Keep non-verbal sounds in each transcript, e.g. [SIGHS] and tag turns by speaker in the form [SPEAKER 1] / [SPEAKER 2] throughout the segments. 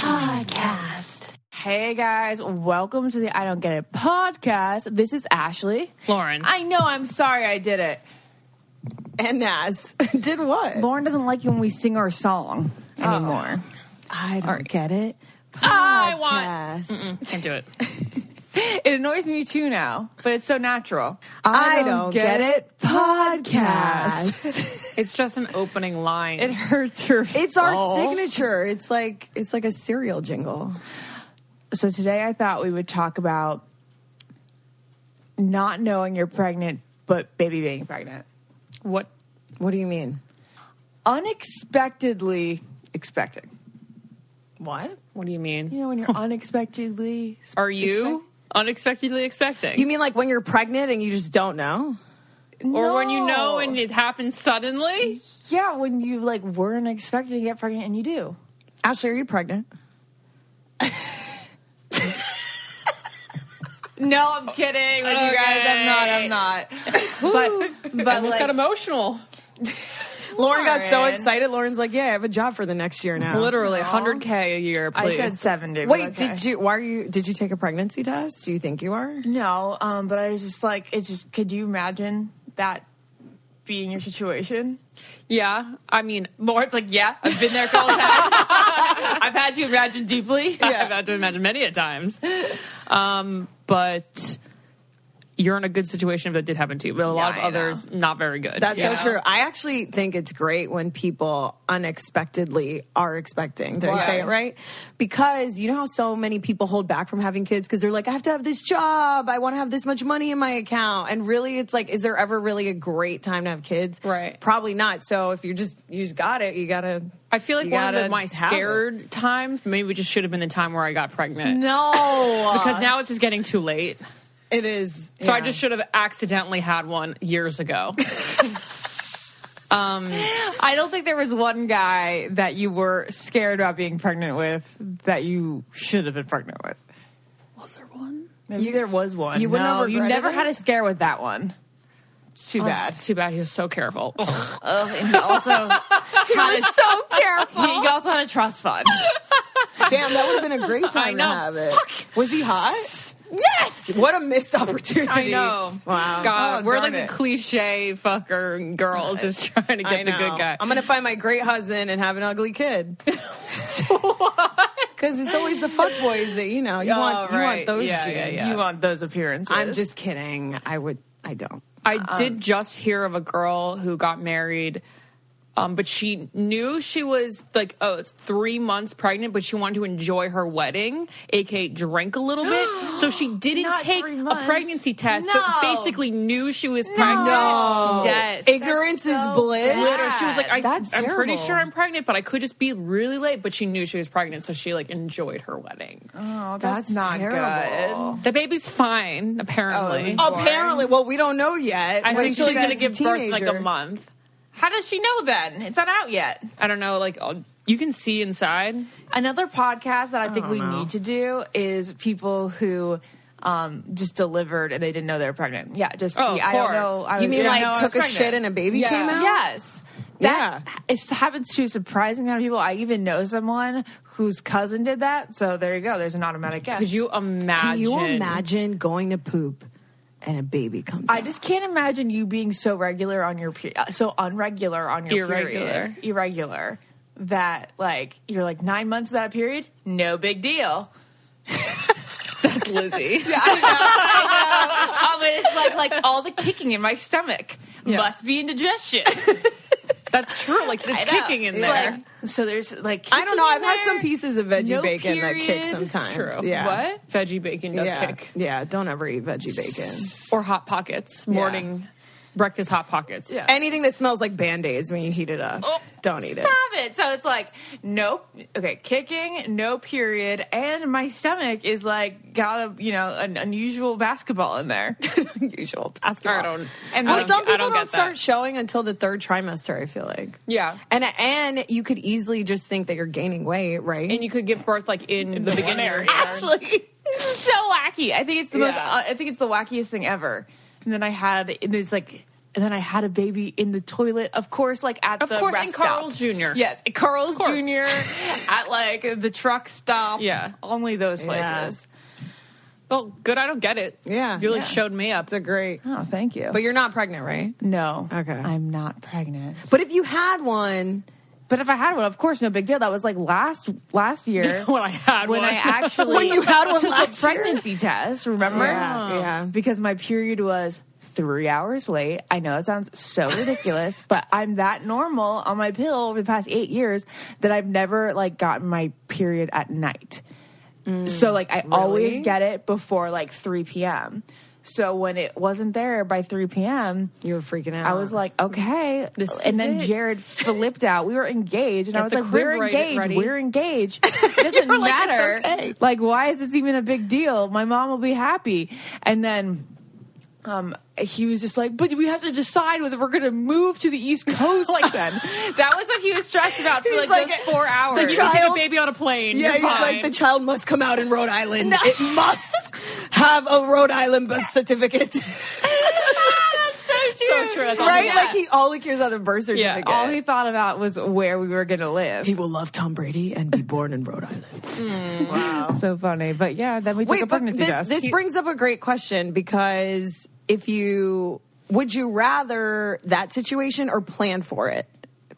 [SPEAKER 1] podcast.
[SPEAKER 2] Hey guys, welcome to the I Don't Get It podcast. This is Ashley.
[SPEAKER 3] Lauren.
[SPEAKER 2] I know, I'm sorry I did it. [LAUGHS]
[SPEAKER 3] and Naz did what?
[SPEAKER 2] Lauren doesn't like you when we sing our song anymore.
[SPEAKER 1] I don't get it.
[SPEAKER 3] Oh,
[SPEAKER 2] I want.
[SPEAKER 3] Mm, Can't do it.
[SPEAKER 2] It annoys me too now, but it's so natural.
[SPEAKER 1] I don't get it. Podcast.
[SPEAKER 3] [LAUGHS] It's just an opening
[SPEAKER 2] [LAUGHS]
[SPEAKER 3] line.
[SPEAKER 2] It hurts her.
[SPEAKER 1] [LAUGHS] It's our
[SPEAKER 2] soul.
[SPEAKER 1] signature. It's like it's like a cereal jingle.
[SPEAKER 2] So today I thought we would talk about not knowing you're pregnant, but baby being pregnant.
[SPEAKER 3] what?
[SPEAKER 1] What do you mean?
[SPEAKER 2] Unexpectedly expected.
[SPEAKER 1] What?
[SPEAKER 3] What do you mean?
[SPEAKER 2] You know, when you're unexpectedly.
[SPEAKER 3] Are you unexpectedly expecting?
[SPEAKER 1] You mean like when you're pregnant and you just don't know?
[SPEAKER 3] or when you know
[SPEAKER 2] No.
[SPEAKER 3] and it happens suddenly?
[SPEAKER 2] Yeah, when you like weren't expecting to get pregnant and you do.
[SPEAKER 1] Ashley, are you pregnant?
[SPEAKER 2] No, I'm kidding with you guys. I'm not. I'm
[SPEAKER 1] not.
[SPEAKER 2] not. [LAUGHS] But but
[SPEAKER 3] Almost
[SPEAKER 2] like,
[SPEAKER 3] got emotional.
[SPEAKER 1] Lauren got so
[SPEAKER 2] Lauren.
[SPEAKER 1] excited. Lauren's like, "Yeah, I have a job for the next year now."
[SPEAKER 3] Literally, 100K a year,
[SPEAKER 2] I
[SPEAKER 3] please.
[SPEAKER 2] said seventy. but
[SPEAKER 1] Wait,
[SPEAKER 2] okay.
[SPEAKER 1] did you? Why are you? Did you take a pregnancy test? Do you think you are?
[SPEAKER 2] No, um, but I was just like, it's just. Could you imagine that being your situation?
[SPEAKER 3] yeah. I mean, [LAUGHS]
[SPEAKER 2] Lauren's like, yeah, I've been there a couple [LAUGHS] times. I've had you imagine deeply.
[SPEAKER 3] I've had to imagine many
[SPEAKER 2] [LAUGHS]
[SPEAKER 3] a times. Um, but you're in a good situation if that did happen to you. But a lot
[SPEAKER 2] Yeah,
[SPEAKER 3] of
[SPEAKER 2] I
[SPEAKER 3] others, not very good.
[SPEAKER 1] That's
[SPEAKER 3] you know?
[SPEAKER 1] so true. I actually think it's great when people unexpectedly are expecting. Did I
[SPEAKER 3] Why?
[SPEAKER 1] say it right? Because you know how so many people hold back from having kids because they're like, I have to have this job. I want to have this much money in my account. And really, it's like, is there ever really a great time to have kids?
[SPEAKER 3] Right.
[SPEAKER 1] Probably not. So if you're just, you just got it, you got to.
[SPEAKER 3] I feel like
[SPEAKER 1] You
[SPEAKER 3] one of
[SPEAKER 1] gotta
[SPEAKER 3] the, my
[SPEAKER 1] have it.
[SPEAKER 3] scared times maybe just should have been the time where I got pregnant.
[SPEAKER 2] No,
[SPEAKER 3] [LAUGHS] Because now it's just getting too late.
[SPEAKER 1] It is.
[SPEAKER 3] So I
[SPEAKER 1] yeah.
[SPEAKER 3] just should have accidentally had one years
[SPEAKER 1] [LAUGHS]
[SPEAKER 3] ago. um,
[SPEAKER 2] I don't think there was one guy that you were scared about being pregnant with that you should have been pregnant with.
[SPEAKER 3] was there one?
[SPEAKER 2] Maybe there was one.
[SPEAKER 1] you wouldn't
[SPEAKER 2] No,
[SPEAKER 1] have
[SPEAKER 2] you
[SPEAKER 1] regretted
[SPEAKER 2] never
[SPEAKER 1] it?
[SPEAKER 2] had a scare with that one. It's too bad.
[SPEAKER 3] That's too bad. He was so careful.
[SPEAKER 1] Oh,
[SPEAKER 2] Ugh, and he
[SPEAKER 1] [LAUGHS]
[SPEAKER 2] also had a, so careful. He also had a trust fund.
[SPEAKER 1] [LAUGHS] Damn, that would have been a great time to
[SPEAKER 3] know.
[SPEAKER 1] have it. Was he hot?
[SPEAKER 2] Yes.
[SPEAKER 1] What a missed opportunity.
[SPEAKER 3] I know.
[SPEAKER 1] Wow.
[SPEAKER 3] God,
[SPEAKER 2] Oh,
[SPEAKER 3] we're
[SPEAKER 2] darn
[SPEAKER 3] like
[SPEAKER 2] it.
[SPEAKER 3] the cliche fucker girls just trying to
[SPEAKER 1] I
[SPEAKER 3] get the
[SPEAKER 1] know.
[SPEAKER 3] good guy.
[SPEAKER 1] I'm gonna find my great husband and have an ugly kid.
[SPEAKER 2] [LAUGHS]
[SPEAKER 1] [LAUGHS] Because it's always the fuck boys that you know you
[SPEAKER 3] Oh,
[SPEAKER 1] want. You want
[SPEAKER 3] right.
[SPEAKER 1] those.
[SPEAKER 3] Yeah, yeah,
[SPEAKER 1] dudes.
[SPEAKER 3] yeah.
[SPEAKER 2] You want those appearances?
[SPEAKER 1] I'm just kidding. I would. I don't.
[SPEAKER 3] I
[SPEAKER 2] Um,
[SPEAKER 3] did just hear of a girl who got married, um, but she knew she was like uh, three months pregnant, but she wanted to enjoy her wedding, aka drink a little bit.
[SPEAKER 2] [GASPS]
[SPEAKER 3] So she didn't
[SPEAKER 2] Not
[SPEAKER 3] take
[SPEAKER 2] three
[SPEAKER 3] a
[SPEAKER 2] months.
[SPEAKER 3] pregnant test, but
[SPEAKER 2] No.
[SPEAKER 3] basically knew she was pregnant.
[SPEAKER 1] No.
[SPEAKER 3] Yes.
[SPEAKER 1] Ignorance is
[SPEAKER 2] so
[SPEAKER 1] bliss.
[SPEAKER 2] bad.
[SPEAKER 3] Literally, she was like, I,
[SPEAKER 1] That's
[SPEAKER 3] I'm pretty
[SPEAKER 1] terrible.
[SPEAKER 3] sure I'm pregnant, but I could just be really late. But she knew she was pregnant, so she like enjoyed her wedding.
[SPEAKER 2] Oh, that's, not
[SPEAKER 1] terrible.
[SPEAKER 3] The baby's fine, apparently.
[SPEAKER 2] Oh,
[SPEAKER 1] Apparently, well, we don't know yet.
[SPEAKER 3] I
[SPEAKER 1] Wait
[SPEAKER 3] think
[SPEAKER 1] till
[SPEAKER 3] she's gonna
[SPEAKER 1] guy's a
[SPEAKER 3] give birth in like a
[SPEAKER 1] teenager.
[SPEAKER 3] month.
[SPEAKER 2] good. How does she know then? It's not out yet.
[SPEAKER 3] I don't know, like oh, you can see inside.
[SPEAKER 2] Another podcast that I think we need to do is people who um, just delivered and they didn't know they were pregnant. Yeah, just
[SPEAKER 3] Oh,
[SPEAKER 2] the,
[SPEAKER 3] of
[SPEAKER 2] I don't
[SPEAKER 3] course.
[SPEAKER 2] know. I
[SPEAKER 1] You
[SPEAKER 2] was-
[SPEAKER 1] mean
[SPEAKER 2] didn't know I
[SPEAKER 1] like
[SPEAKER 2] was
[SPEAKER 1] took a
[SPEAKER 2] pregnant.
[SPEAKER 1] shit and a baby
[SPEAKER 3] Yeah.
[SPEAKER 1] came out?
[SPEAKER 2] Yes. That
[SPEAKER 1] Yeah.
[SPEAKER 2] it happens to a surprising amount of people. I even know someone whose cousin did that. So there you go. There's an automatic guess.
[SPEAKER 3] Could you imagine?
[SPEAKER 1] Can you imagine going to poop and a baby comes?
[SPEAKER 2] I
[SPEAKER 1] out?
[SPEAKER 2] just can't imagine you being so regular on your pe- uh, so unregular on your
[SPEAKER 3] Irregular.
[SPEAKER 2] period, irregular that like you're like nine months without a period, no big deal.
[SPEAKER 3] That's [LAUGHS]
[SPEAKER 1] [LAUGHS]
[SPEAKER 3] Lizzie.
[SPEAKER 2] I don't know. I know. Um, it's like like all the kicking in my stomach must be
[SPEAKER 1] [LAUGHS]
[SPEAKER 2] indigestion.
[SPEAKER 3] That's true. Like it's
[SPEAKER 2] I know.
[SPEAKER 3] kicking in
[SPEAKER 2] It's
[SPEAKER 3] there.
[SPEAKER 2] like- so there's like
[SPEAKER 1] I don't know. I've
[SPEAKER 2] kicking in
[SPEAKER 1] had some
[SPEAKER 2] there,
[SPEAKER 1] pieces of veggie
[SPEAKER 2] no
[SPEAKER 1] bacon that kick
[SPEAKER 2] period.
[SPEAKER 1] sometimes.
[SPEAKER 3] True.
[SPEAKER 1] Yeah.
[SPEAKER 2] What?
[SPEAKER 3] Veggie bacon does
[SPEAKER 1] Yeah.
[SPEAKER 3] kick.
[SPEAKER 1] Yeah. Don't ever eat veggie bacon.
[SPEAKER 3] Or hot pockets. Morning breakfast hot pockets.
[SPEAKER 2] Yeah.
[SPEAKER 1] Anything that smells like band aids when you heat it up. don't eat it.
[SPEAKER 2] Oh, Stop it. So it's like no okay, kicking, no period, and my stomach is like got a you know an unusual basketball in there.
[SPEAKER 1] Unusual basketball.
[SPEAKER 3] I don't-
[SPEAKER 1] And
[SPEAKER 3] I
[SPEAKER 1] well,
[SPEAKER 3] don't
[SPEAKER 1] some
[SPEAKER 3] get- I
[SPEAKER 1] people
[SPEAKER 3] don't
[SPEAKER 1] don't,
[SPEAKER 3] get that.
[SPEAKER 1] start showing until the third trimester. I feel like.
[SPEAKER 3] Yeah.
[SPEAKER 1] And and you could easily just think that you're gaining weight, right?
[SPEAKER 3] And you could give birth like in, the, beginning. of your term.
[SPEAKER 2] Actually, this is so wacky. I think it's the most. uh,
[SPEAKER 3] Yeah.
[SPEAKER 2] I think it's the wackiest thing ever. And then I had and it's like. And then I had a baby in the toilet, of course, like at
[SPEAKER 3] Of
[SPEAKER 2] the
[SPEAKER 3] course,
[SPEAKER 2] rest
[SPEAKER 3] in Carl's
[SPEAKER 2] stop.
[SPEAKER 3] Jr..
[SPEAKER 2] Yes, at Carl's
[SPEAKER 3] course. [LAUGHS]
[SPEAKER 2] Jr. at like the truck stop.
[SPEAKER 3] Yeah.
[SPEAKER 2] only those
[SPEAKER 1] Yeah.
[SPEAKER 2] places.
[SPEAKER 3] Well, good. I don't get it.
[SPEAKER 1] Yeah.
[SPEAKER 3] You really
[SPEAKER 1] Yeah.
[SPEAKER 3] showed me up.
[SPEAKER 1] It's a great.
[SPEAKER 2] Oh, thank you.
[SPEAKER 1] But you're not pregnant, right?
[SPEAKER 2] no,
[SPEAKER 1] Okay.
[SPEAKER 2] I'm not pregnant.
[SPEAKER 1] But if you had one,
[SPEAKER 2] But if I had one, of course, no big deal. That was like last last
[SPEAKER 1] [LAUGHS]
[SPEAKER 2] year
[SPEAKER 3] When I had
[SPEAKER 2] when
[SPEAKER 3] one.
[SPEAKER 2] I actually
[SPEAKER 1] When you had one
[SPEAKER 2] took
[SPEAKER 1] last
[SPEAKER 2] a
[SPEAKER 1] year?
[SPEAKER 2] pregnancy test. Remember?
[SPEAKER 1] Yeah, yeah.
[SPEAKER 2] Because my period was three hours late. I know it sounds so ridiculous, [LAUGHS] but I'm that normal on my pill over the past eight years that I've never like gotten my period at night.
[SPEAKER 1] Mm.
[SPEAKER 2] So like I always get it before like three p.m. So when it wasn't there by three p.m.
[SPEAKER 1] you were freaking out.
[SPEAKER 2] I was like,
[SPEAKER 1] Oh.
[SPEAKER 2] okay.
[SPEAKER 3] This
[SPEAKER 2] and
[SPEAKER 3] is
[SPEAKER 2] then
[SPEAKER 3] it.
[SPEAKER 2] Jared flipped out. We were engaged, and I was
[SPEAKER 3] the
[SPEAKER 2] like,
[SPEAKER 3] crib
[SPEAKER 2] we're
[SPEAKER 3] right-
[SPEAKER 2] engaged.
[SPEAKER 3] ready.
[SPEAKER 2] We're
[SPEAKER 1] [LAUGHS]
[SPEAKER 2] engaged. It doesn't
[SPEAKER 1] like, "It's
[SPEAKER 2] matter.
[SPEAKER 1] okay."
[SPEAKER 2] Like, why is this even a big deal? My mom will be happy. And then. Um, he was just like, but we have to decide whether we're going to move to the
[SPEAKER 1] [LAUGHS]
[SPEAKER 2] East Coast. like then, that was what he was stressed about for
[SPEAKER 1] He's
[SPEAKER 2] like,
[SPEAKER 1] like,
[SPEAKER 2] those four hours.
[SPEAKER 1] the
[SPEAKER 3] You can take a
[SPEAKER 1] Child-
[SPEAKER 3] baby on a plane.
[SPEAKER 1] yeah,
[SPEAKER 3] You're
[SPEAKER 1] he's like,
[SPEAKER 3] fine.
[SPEAKER 1] the child must come out in Rhode Island. It must have a Rhode Island birth certificate.
[SPEAKER 2] so true.
[SPEAKER 3] So true. That's all
[SPEAKER 1] [LAUGHS] right?
[SPEAKER 3] he-
[SPEAKER 1] Like, he all he cares about the birth
[SPEAKER 3] Yeah.
[SPEAKER 1] certificate.
[SPEAKER 2] All he thought about was where we were going to live.
[SPEAKER 1] he will love Tom Brady and be born in Rhode
[SPEAKER 2] [LAUGHS]
[SPEAKER 1] Island.
[SPEAKER 2] so funny. But yeah, then we took a
[SPEAKER 1] but
[SPEAKER 2] pregnancy
[SPEAKER 1] thi-
[SPEAKER 2] test.
[SPEAKER 1] This brings up a great question because if you would you rather that situation or plan for it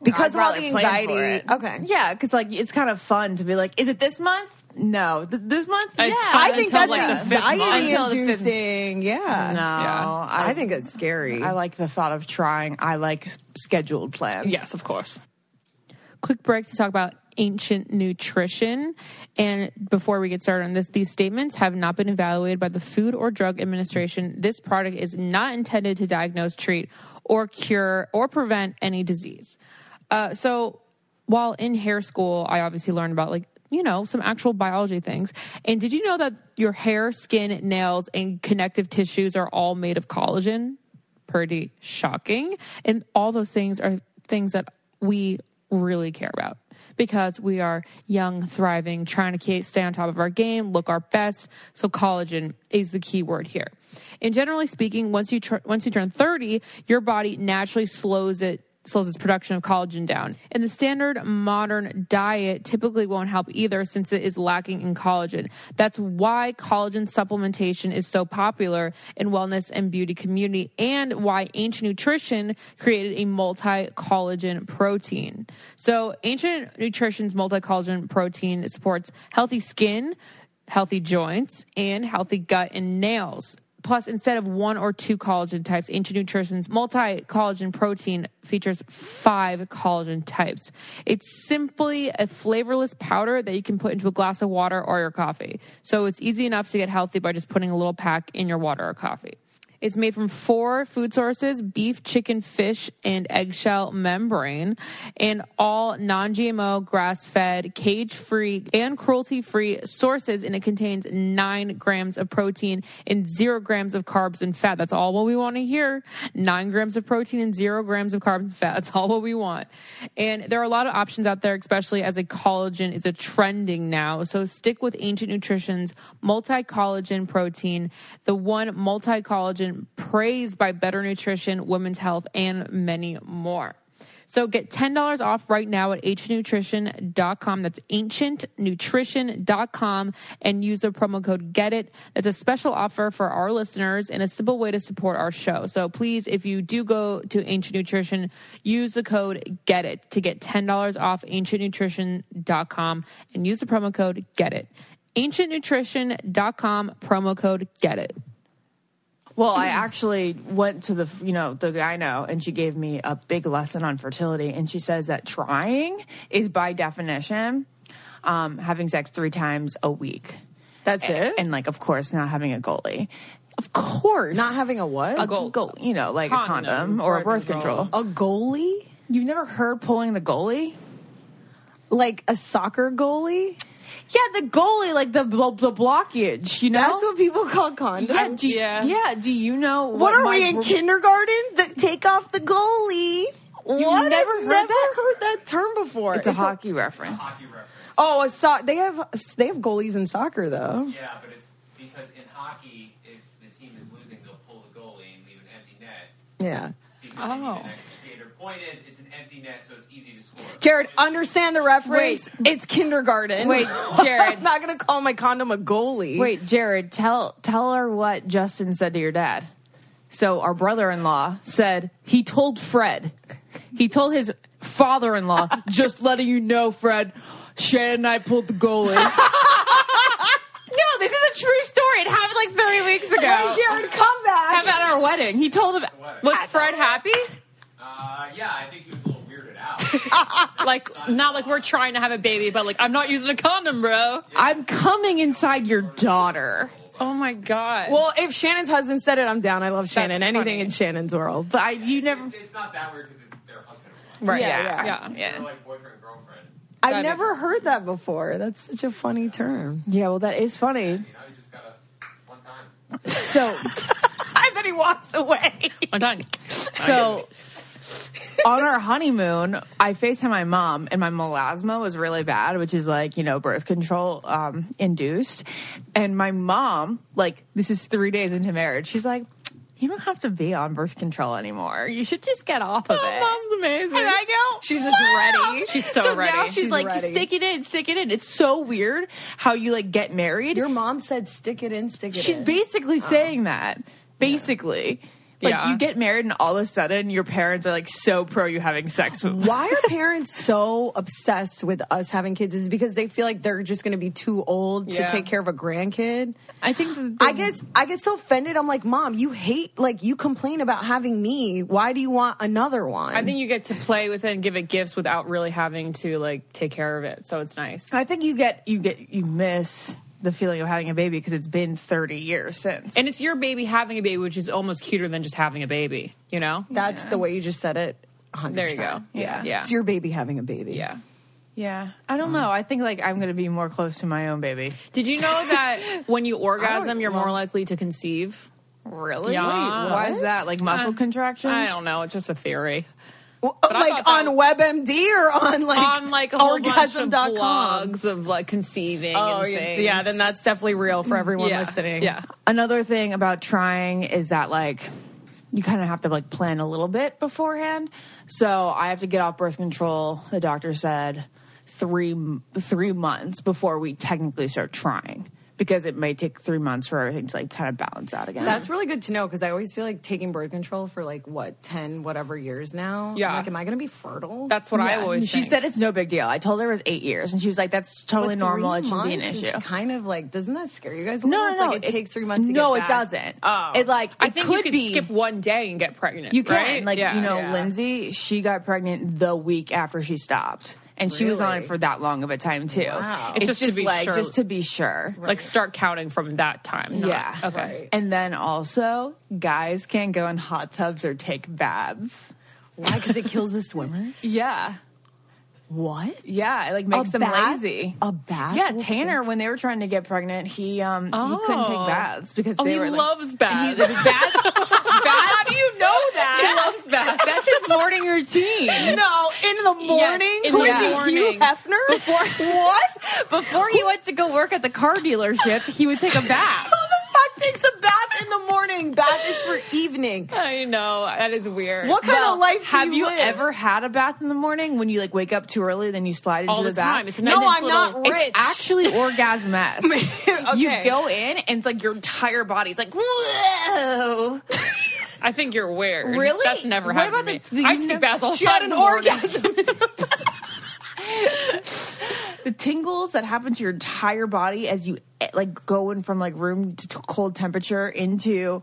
[SPEAKER 1] because
[SPEAKER 2] I'd
[SPEAKER 1] of all
[SPEAKER 2] rather
[SPEAKER 1] the
[SPEAKER 2] plan for
[SPEAKER 1] anxiety?
[SPEAKER 2] it.
[SPEAKER 1] Okay,
[SPEAKER 2] Yeah, because like it's kind of fun to be like, is it this month? No, Th- this month.
[SPEAKER 3] It's
[SPEAKER 2] yeah,
[SPEAKER 3] fun
[SPEAKER 1] I think that's
[SPEAKER 3] Until, like, the fifth month.
[SPEAKER 1] anxiety
[SPEAKER 2] Until the fifth-
[SPEAKER 1] inducing. Yeah,
[SPEAKER 2] No,
[SPEAKER 3] Yeah.
[SPEAKER 2] I,
[SPEAKER 1] I, think it's scary.
[SPEAKER 2] I like the thought of trying. I like s- scheduled plans.
[SPEAKER 3] Yes, of course. Quick break to talk about ancient nutrition. And before we get started on this, these statements have not been evaluated by the Food or Drug Administration. This product is not intended to diagnose, treat, or cure or prevent any disease. Uh, so while in hair school, I obviously learned about like you know, some actual biology things. And did you know that your hair, skin, nails, and connective tissues are all made of collagen? pretty shocking. And all those things are things that we really care about because we are young, thriving, trying to ke- stay on top of our game, look our best. So collagen is the key word here. And generally speaking, once you tr- once you turn 30, your body naturally slows it slows its production of collagen down. And the standard modern diet typically won't help either since it is lacking in collagen. That's why collagen supplementation is so popular in wellness and beauty community and why ancient nutrition created a multi-collagen protein. So ancient nutrition's multi-collagen protein supports healthy skin, healthy joints, and healthy gut and nails. Plus, instead of one or two collagen types, Ancient Nutrition's multi collagen protein features five collagen types. It's simply a flavorless powder that you can put into a glass of water or your coffee. So it's easy enough to get healthy by just putting a little pack in your water or coffee. It's made from four food sources beef, chicken, fish, and eggshell membrane, and all non GMO, grass fed, cage free, and cruelty free sources. And it contains nine grams of protein and zero grams of carbs and fat. That's all what we want to hear. Nine grams of protein and zero grams of carbs and fat. [LAUGHS] That's all what we want. And there are a lot of options out there, especially as a collagen is a trending now. So stick with Ancient Nutrition's multi collagen protein, the one multi collagen praised by Better Nutrition, Women's Health, and many more. So get $10 off right now at ancientnutrition.com. That's ancientnutrition.com and use the promo code GET IT. That's a special offer for our listeners and a simple way to support our show. So please, if you do go to Ancient Nutrition, use the code GET IT to get $10 off ancientnutrition.com and use the promo code GET IT. ancientnutrition.com promo code get it.
[SPEAKER 2] Well, I actually went to the you know the gyno, and she gave me a big lesson on fertility, and she says that trying is by definition um, having sex three times a week.
[SPEAKER 1] That's
[SPEAKER 2] A-
[SPEAKER 1] it?
[SPEAKER 2] and like of course not having a goalie. Of course,
[SPEAKER 1] Not having a what?
[SPEAKER 2] a
[SPEAKER 3] goal-
[SPEAKER 2] goal, you know, like a
[SPEAKER 3] Condom
[SPEAKER 2] condom or a birth control.
[SPEAKER 1] a goalie?
[SPEAKER 2] You've never heard pulling the goalie?
[SPEAKER 1] Like a soccer goalie?
[SPEAKER 2] Yeah, the goalie, like the blo- the blockage. You know,
[SPEAKER 1] That's what people call condoms.
[SPEAKER 2] yeah, do you,
[SPEAKER 3] Yeah.
[SPEAKER 2] yeah. Do you know
[SPEAKER 1] What are
[SPEAKER 2] my
[SPEAKER 1] we in
[SPEAKER 2] bro-
[SPEAKER 1] kindergarten? The, take off the goalie. what?
[SPEAKER 2] never
[SPEAKER 1] I've
[SPEAKER 2] heard
[SPEAKER 1] never
[SPEAKER 2] that?
[SPEAKER 1] heard that term before.
[SPEAKER 2] It's a hockey reference.
[SPEAKER 1] oh, a so- they have they have goalies in soccer though.
[SPEAKER 4] Yeah, but it's because in hockey, if the team is losing, they'll pull the goalie and leave an empty net.
[SPEAKER 1] Yeah.
[SPEAKER 4] Because they need
[SPEAKER 3] Oh.
[SPEAKER 4] an extra skater. Point is, it's an empty net, so it's easy to score.
[SPEAKER 1] Jared, understand the reference. It's kindergarten.
[SPEAKER 2] Wait, Jared.
[SPEAKER 1] I'm not gonna call my condom a goalie.
[SPEAKER 2] Wait, Jared, tell tell her what Justin said to your dad. So our brother-in-law said he told Fred. He told his father-in-law, [LAUGHS] just letting you know, Fred, Shannon and I pulled the
[SPEAKER 1] [LAUGHS]
[SPEAKER 2] goalie. no, this is a true story. It happened like three weeks ago.
[SPEAKER 1] Hey, Jared, come back.
[SPEAKER 2] At our wedding, he told him.
[SPEAKER 3] Was Fred happy?
[SPEAKER 4] Uh, yeah, I think he was a little weirded out.
[SPEAKER 3] Like not like we're trying to have a baby, but like I'm not using a condom, bro.
[SPEAKER 2] I'm coming inside your daughter.
[SPEAKER 3] Oh my god.
[SPEAKER 1] Well, if Shannon's husband said it, I'm down. I love Shannon.
[SPEAKER 3] That's
[SPEAKER 1] Anything
[SPEAKER 3] funny.
[SPEAKER 1] in Shannon's world.
[SPEAKER 2] But I, you never.
[SPEAKER 4] it's, it's not that weird because it's their husband and wife.
[SPEAKER 3] right.
[SPEAKER 1] yeah,
[SPEAKER 3] yeah.
[SPEAKER 4] They're like boyfriend and girlfriend.
[SPEAKER 1] I've never heard that before. That's such a funny term.
[SPEAKER 2] Yeah, well, that is funny.
[SPEAKER 4] You know, you just gotta one time.
[SPEAKER 1] [LAUGHS]
[SPEAKER 2] So.
[SPEAKER 1] And then he walks away.
[SPEAKER 3] I'm done.
[SPEAKER 2] So on our honeymoon, I FaceTime my mom, and my melasma was really bad, which is like, you know, birth control um, induced. And my mom, like, this is three days into marriage, she's like, you don't have to be on birth control anymore. You should just get off of it.
[SPEAKER 3] Mom's amazing.
[SPEAKER 2] And I go,
[SPEAKER 1] She's just
[SPEAKER 2] "Wow!"
[SPEAKER 1] ready.
[SPEAKER 3] She's so ready.
[SPEAKER 2] Now she's,
[SPEAKER 1] She's
[SPEAKER 2] like,
[SPEAKER 1] ready.
[SPEAKER 2] stick it in, stick it in. It's so weird how you like get married.
[SPEAKER 1] Your mom said, "Stick it in, stick it
[SPEAKER 2] She's
[SPEAKER 1] in."
[SPEAKER 2] basically saying that. Basically. Like
[SPEAKER 3] Yeah.
[SPEAKER 2] you get married and all of a sudden your parents are like so pro you having sex with
[SPEAKER 1] Why are parents so obsessed with us having kids? Is it because they feel like they're just going to be too old
[SPEAKER 3] Yeah.
[SPEAKER 1] to take care of a grandkid?
[SPEAKER 2] I think the,
[SPEAKER 1] I guess I get so offended. I'm like, Mom, you hate like you complain about having me. Why do you want another one?
[SPEAKER 3] I think you get to play with it and give it gifts without really having to like take care of it. So it's nice.
[SPEAKER 2] I think you get you get you miss the feeling of having a baby because it's been 30 years since.
[SPEAKER 3] And it's your baby having a baby, which is almost cuter than just having a baby, you know?
[SPEAKER 1] that's the way you just said it. 100%.
[SPEAKER 3] There you go.
[SPEAKER 2] Yeah.
[SPEAKER 3] Yeah.
[SPEAKER 1] It's your baby having a baby. [LAUGHS]
[SPEAKER 3] Yeah.
[SPEAKER 2] Yeah. I don't know. I think like I'm going to be more close to my own baby.
[SPEAKER 3] Did you know [LAUGHS] that when you orgasm, you're more likely to conceive?
[SPEAKER 2] Really?
[SPEAKER 3] Yeah.
[SPEAKER 2] why is that? Like muscle contractions?
[SPEAKER 3] Uh, I don't know. It's just a theory.
[SPEAKER 1] Well,
[SPEAKER 3] I thought
[SPEAKER 1] like
[SPEAKER 3] that
[SPEAKER 1] on WebMD or on like
[SPEAKER 3] On like a whole bunch of
[SPEAKER 1] orgasm.com.
[SPEAKER 3] blogs of like conceiving.
[SPEAKER 1] Oh,
[SPEAKER 3] and
[SPEAKER 1] yeah,
[SPEAKER 3] things.
[SPEAKER 1] yeah, then that's definitely real for everyone
[SPEAKER 3] yeah.
[SPEAKER 1] listening.
[SPEAKER 3] Yeah.
[SPEAKER 2] Another thing about trying is that like you kind of have to like plan a little bit beforehand. So I have to get off birth control. The doctor said three three months before we technically start trying because it may take three months for everything to like kind of balance out again.
[SPEAKER 1] That's really good to know because I always feel like taking birth control for like what ten whatever years now.
[SPEAKER 3] Yeah.
[SPEAKER 1] I'm like, am I going to be fertile?
[SPEAKER 3] That's what I always
[SPEAKER 2] she
[SPEAKER 3] think.
[SPEAKER 2] said it's no big deal. I told her it was eight years, and she was like, "That's totally
[SPEAKER 1] But
[SPEAKER 2] normal.
[SPEAKER 1] three
[SPEAKER 2] It shouldn't be an
[SPEAKER 1] months is
[SPEAKER 2] issue."
[SPEAKER 1] Kind of like, doesn't that scare you guys? a
[SPEAKER 2] No,
[SPEAKER 1] little?
[SPEAKER 2] no,
[SPEAKER 1] It's
[SPEAKER 2] no.
[SPEAKER 1] like it,
[SPEAKER 2] it-
[SPEAKER 1] takes three months. to
[SPEAKER 2] No,
[SPEAKER 1] get
[SPEAKER 2] it
[SPEAKER 1] back.
[SPEAKER 2] doesn't.
[SPEAKER 1] Oh.
[SPEAKER 2] It like it
[SPEAKER 3] I think
[SPEAKER 2] could
[SPEAKER 3] you could
[SPEAKER 2] be.
[SPEAKER 3] skip one day and get pregnant.
[SPEAKER 2] You can.
[SPEAKER 3] right?
[SPEAKER 2] Like,
[SPEAKER 3] Yeah.
[SPEAKER 2] you know,
[SPEAKER 1] Yeah.
[SPEAKER 2] Lindsay, she got pregnant the week after she stopped. And she was on it
[SPEAKER 1] Really?
[SPEAKER 2] for that long of a time too.
[SPEAKER 1] Wow.
[SPEAKER 2] It's,
[SPEAKER 3] It's just
[SPEAKER 2] just,
[SPEAKER 3] to be
[SPEAKER 2] like
[SPEAKER 3] sure.
[SPEAKER 2] just to be sure.
[SPEAKER 3] like start counting from that time. not-
[SPEAKER 2] Yeah.
[SPEAKER 3] Okay.
[SPEAKER 2] And then also, guys can't go in hot tubs or take baths.
[SPEAKER 1] Why? Because it kills the swimmers.
[SPEAKER 2] Yeah.
[SPEAKER 1] What?
[SPEAKER 2] Yeah, it like makes them
[SPEAKER 1] bath?
[SPEAKER 2] lazy.
[SPEAKER 1] A bath
[SPEAKER 2] Yeah,
[SPEAKER 1] will
[SPEAKER 2] Tanner when they were trying to get pregnant, he um he couldn't take
[SPEAKER 3] Oh.
[SPEAKER 2] baths because
[SPEAKER 3] Oh,
[SPEAKER 2] they
[SPEAKER 3] he
[SPEAKER 2] were like, [LAUGHS]
[SPEAKER 3] loves
[SPEAKER 2] He,
[SPEAKER 3] baths.
[SPEAKER 2] baths. How do you know that?
[SPEAKER 3] He loves baths.
[SPEAKER 2] That's his morning routine.
[SPEAKER 1] No, in the morning.
[SPEAKER 3] in
[SPEAKER 1] Who
[SPEAKER 3] the
[SPEAKER 1] is he,
[SPEAKER 3] morning.
[SPEAKER 1] Hugh
[SPEAKER 2] [LAUGHS]
[SPEAKER 1] Hefner?
[SPEAKER 3] [LAUGHS]
[SPEAKER 1] what?
[SPEAKER 2] Before he went to go work at the car dealership, he would take a bath.
[SPEAKER 3] [LAUGHS]
[SPEAKER 1] Who the fuck takes a bath in the morning? Bath is
[SPEAKER 2] [LAUGHS]
[SPEAKER 1] for evening.
[SPEAKER 3] [LAUGHS] I know. That is weird.
[SPEAKER 1] What kind
[SPEAKER 2] Well,
[SPEAKER 1] of life do
[SPEAKER 2] have you,
[SPEAKER 1] live?
[SPEAKER 2] ever had a bath in the morning when you like wake up too early, then you slide into
[SPEAKER 3] All the,
[SPEAKER 2] bath?
[SPEAKER 3] time. It's a
[SPEAKER 1] No,
[SPEAKER 3] nice
[SPEAKER 1] I'm not
[SPEAKER 3] little-
[SPEAKER 2] It's
[SPEAKER 1] rich.
[SPEAKER 3] [LAUGHS]
[SPEAKER 2] actually orgasmesque. You
[SPEAKER 1] Okay.
[SPEAKER 2] go in and it's like your entire body's like,
[SPEAKER 3] [LAUGHS]
[SPEAKER 2] whoa.
[SPEAKER 3] I think you're weird.
[SPEAKER 2] Really?
[SPEAKER 3] That's never
[SPEAKER 2] What
[SPEAKER 3] happened
[SPEAKER 2] about
[SPEAKER 3] to
[SPEAKER 2] the-
[SPEAKER 3] me.
[SPEAKER 2] the-
[SPEAKER 3] I
[SPEAKER 2] you
[SPEAKER 3] take
[SPEAKER 2] never-
[SPEAKER 3] baths all the
[SPEAKER 1] She had
[SPEAKER 3] time in the
[SPEAKER 1] an
[SPEAKER 3] morning.
[SPEAKER 1] orgasm.
[SPEAKER 2] the tingles that happen to your entire body as you eh, like going from like room to t- cold temperature into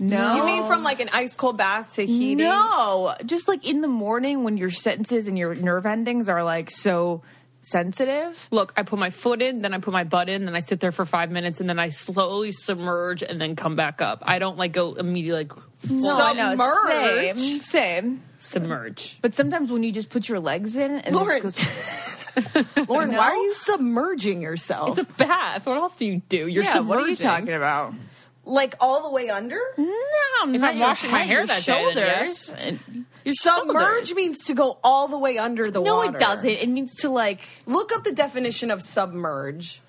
[SPEAKER 2] no.
[SPEAKER 1] You mean from like an ice cold bath to heating?
[SPEAKER 2] No, just like in the morning when your sentences and your nerve endings are like so sensitive.
[SPEAKER 3] Look, I put my foot in, then I put my butt in, then I sit there for five minutes, and then I slowly submerge and then come back up. I don't like go immediately like
[SPEAKER 2] No, I know,
[SPEAKER 1] Submerged.
[SPEAKER 2] Same, same.
[SPEAKER 3] submerge.
[SPEAKER 2] But sometimes when you just put your legs in and it
[SPEAKER 1] Lauren.
[SPEAKER 2] just goes,
[SPEAKER 1] [LAUGHS] Lauren, why are you submerging yourself?
[SPEAKER 3] It's a bath. What else do you do? You're
[SPEAKER 2] yeah,
[SPEAKER 3] submerging.
[SPEAKER 2] what are you talking about?
[SPEAKER 1] like all the way under?
[SPEAKER 2] Mm-hmm. No,
[SPEAKER 3] If
[SPEAKER 2] not
[SPEAKER 3] I'm
[SPEAKER 2] your
[SPEAKER 3] washing my
[SPEAKER 2] head,
[SPEAKER 3] hair
[SPEAKER 2] your
[SPEAKER 3] that day, then yes.
[SPEAKER 2] shoulders. and
[SPEAKER 1] Your submerge
[SPEAKER 2] shoulders.
[SPEAKER 1] means to go all the way under the
[SPEAKER 2] No,
[SPEAKER 1] water.
[SPEAKER 2] it doesn't. It means to [LAUGHS] like
[SPEAKER 1] Look up the definition of submerge.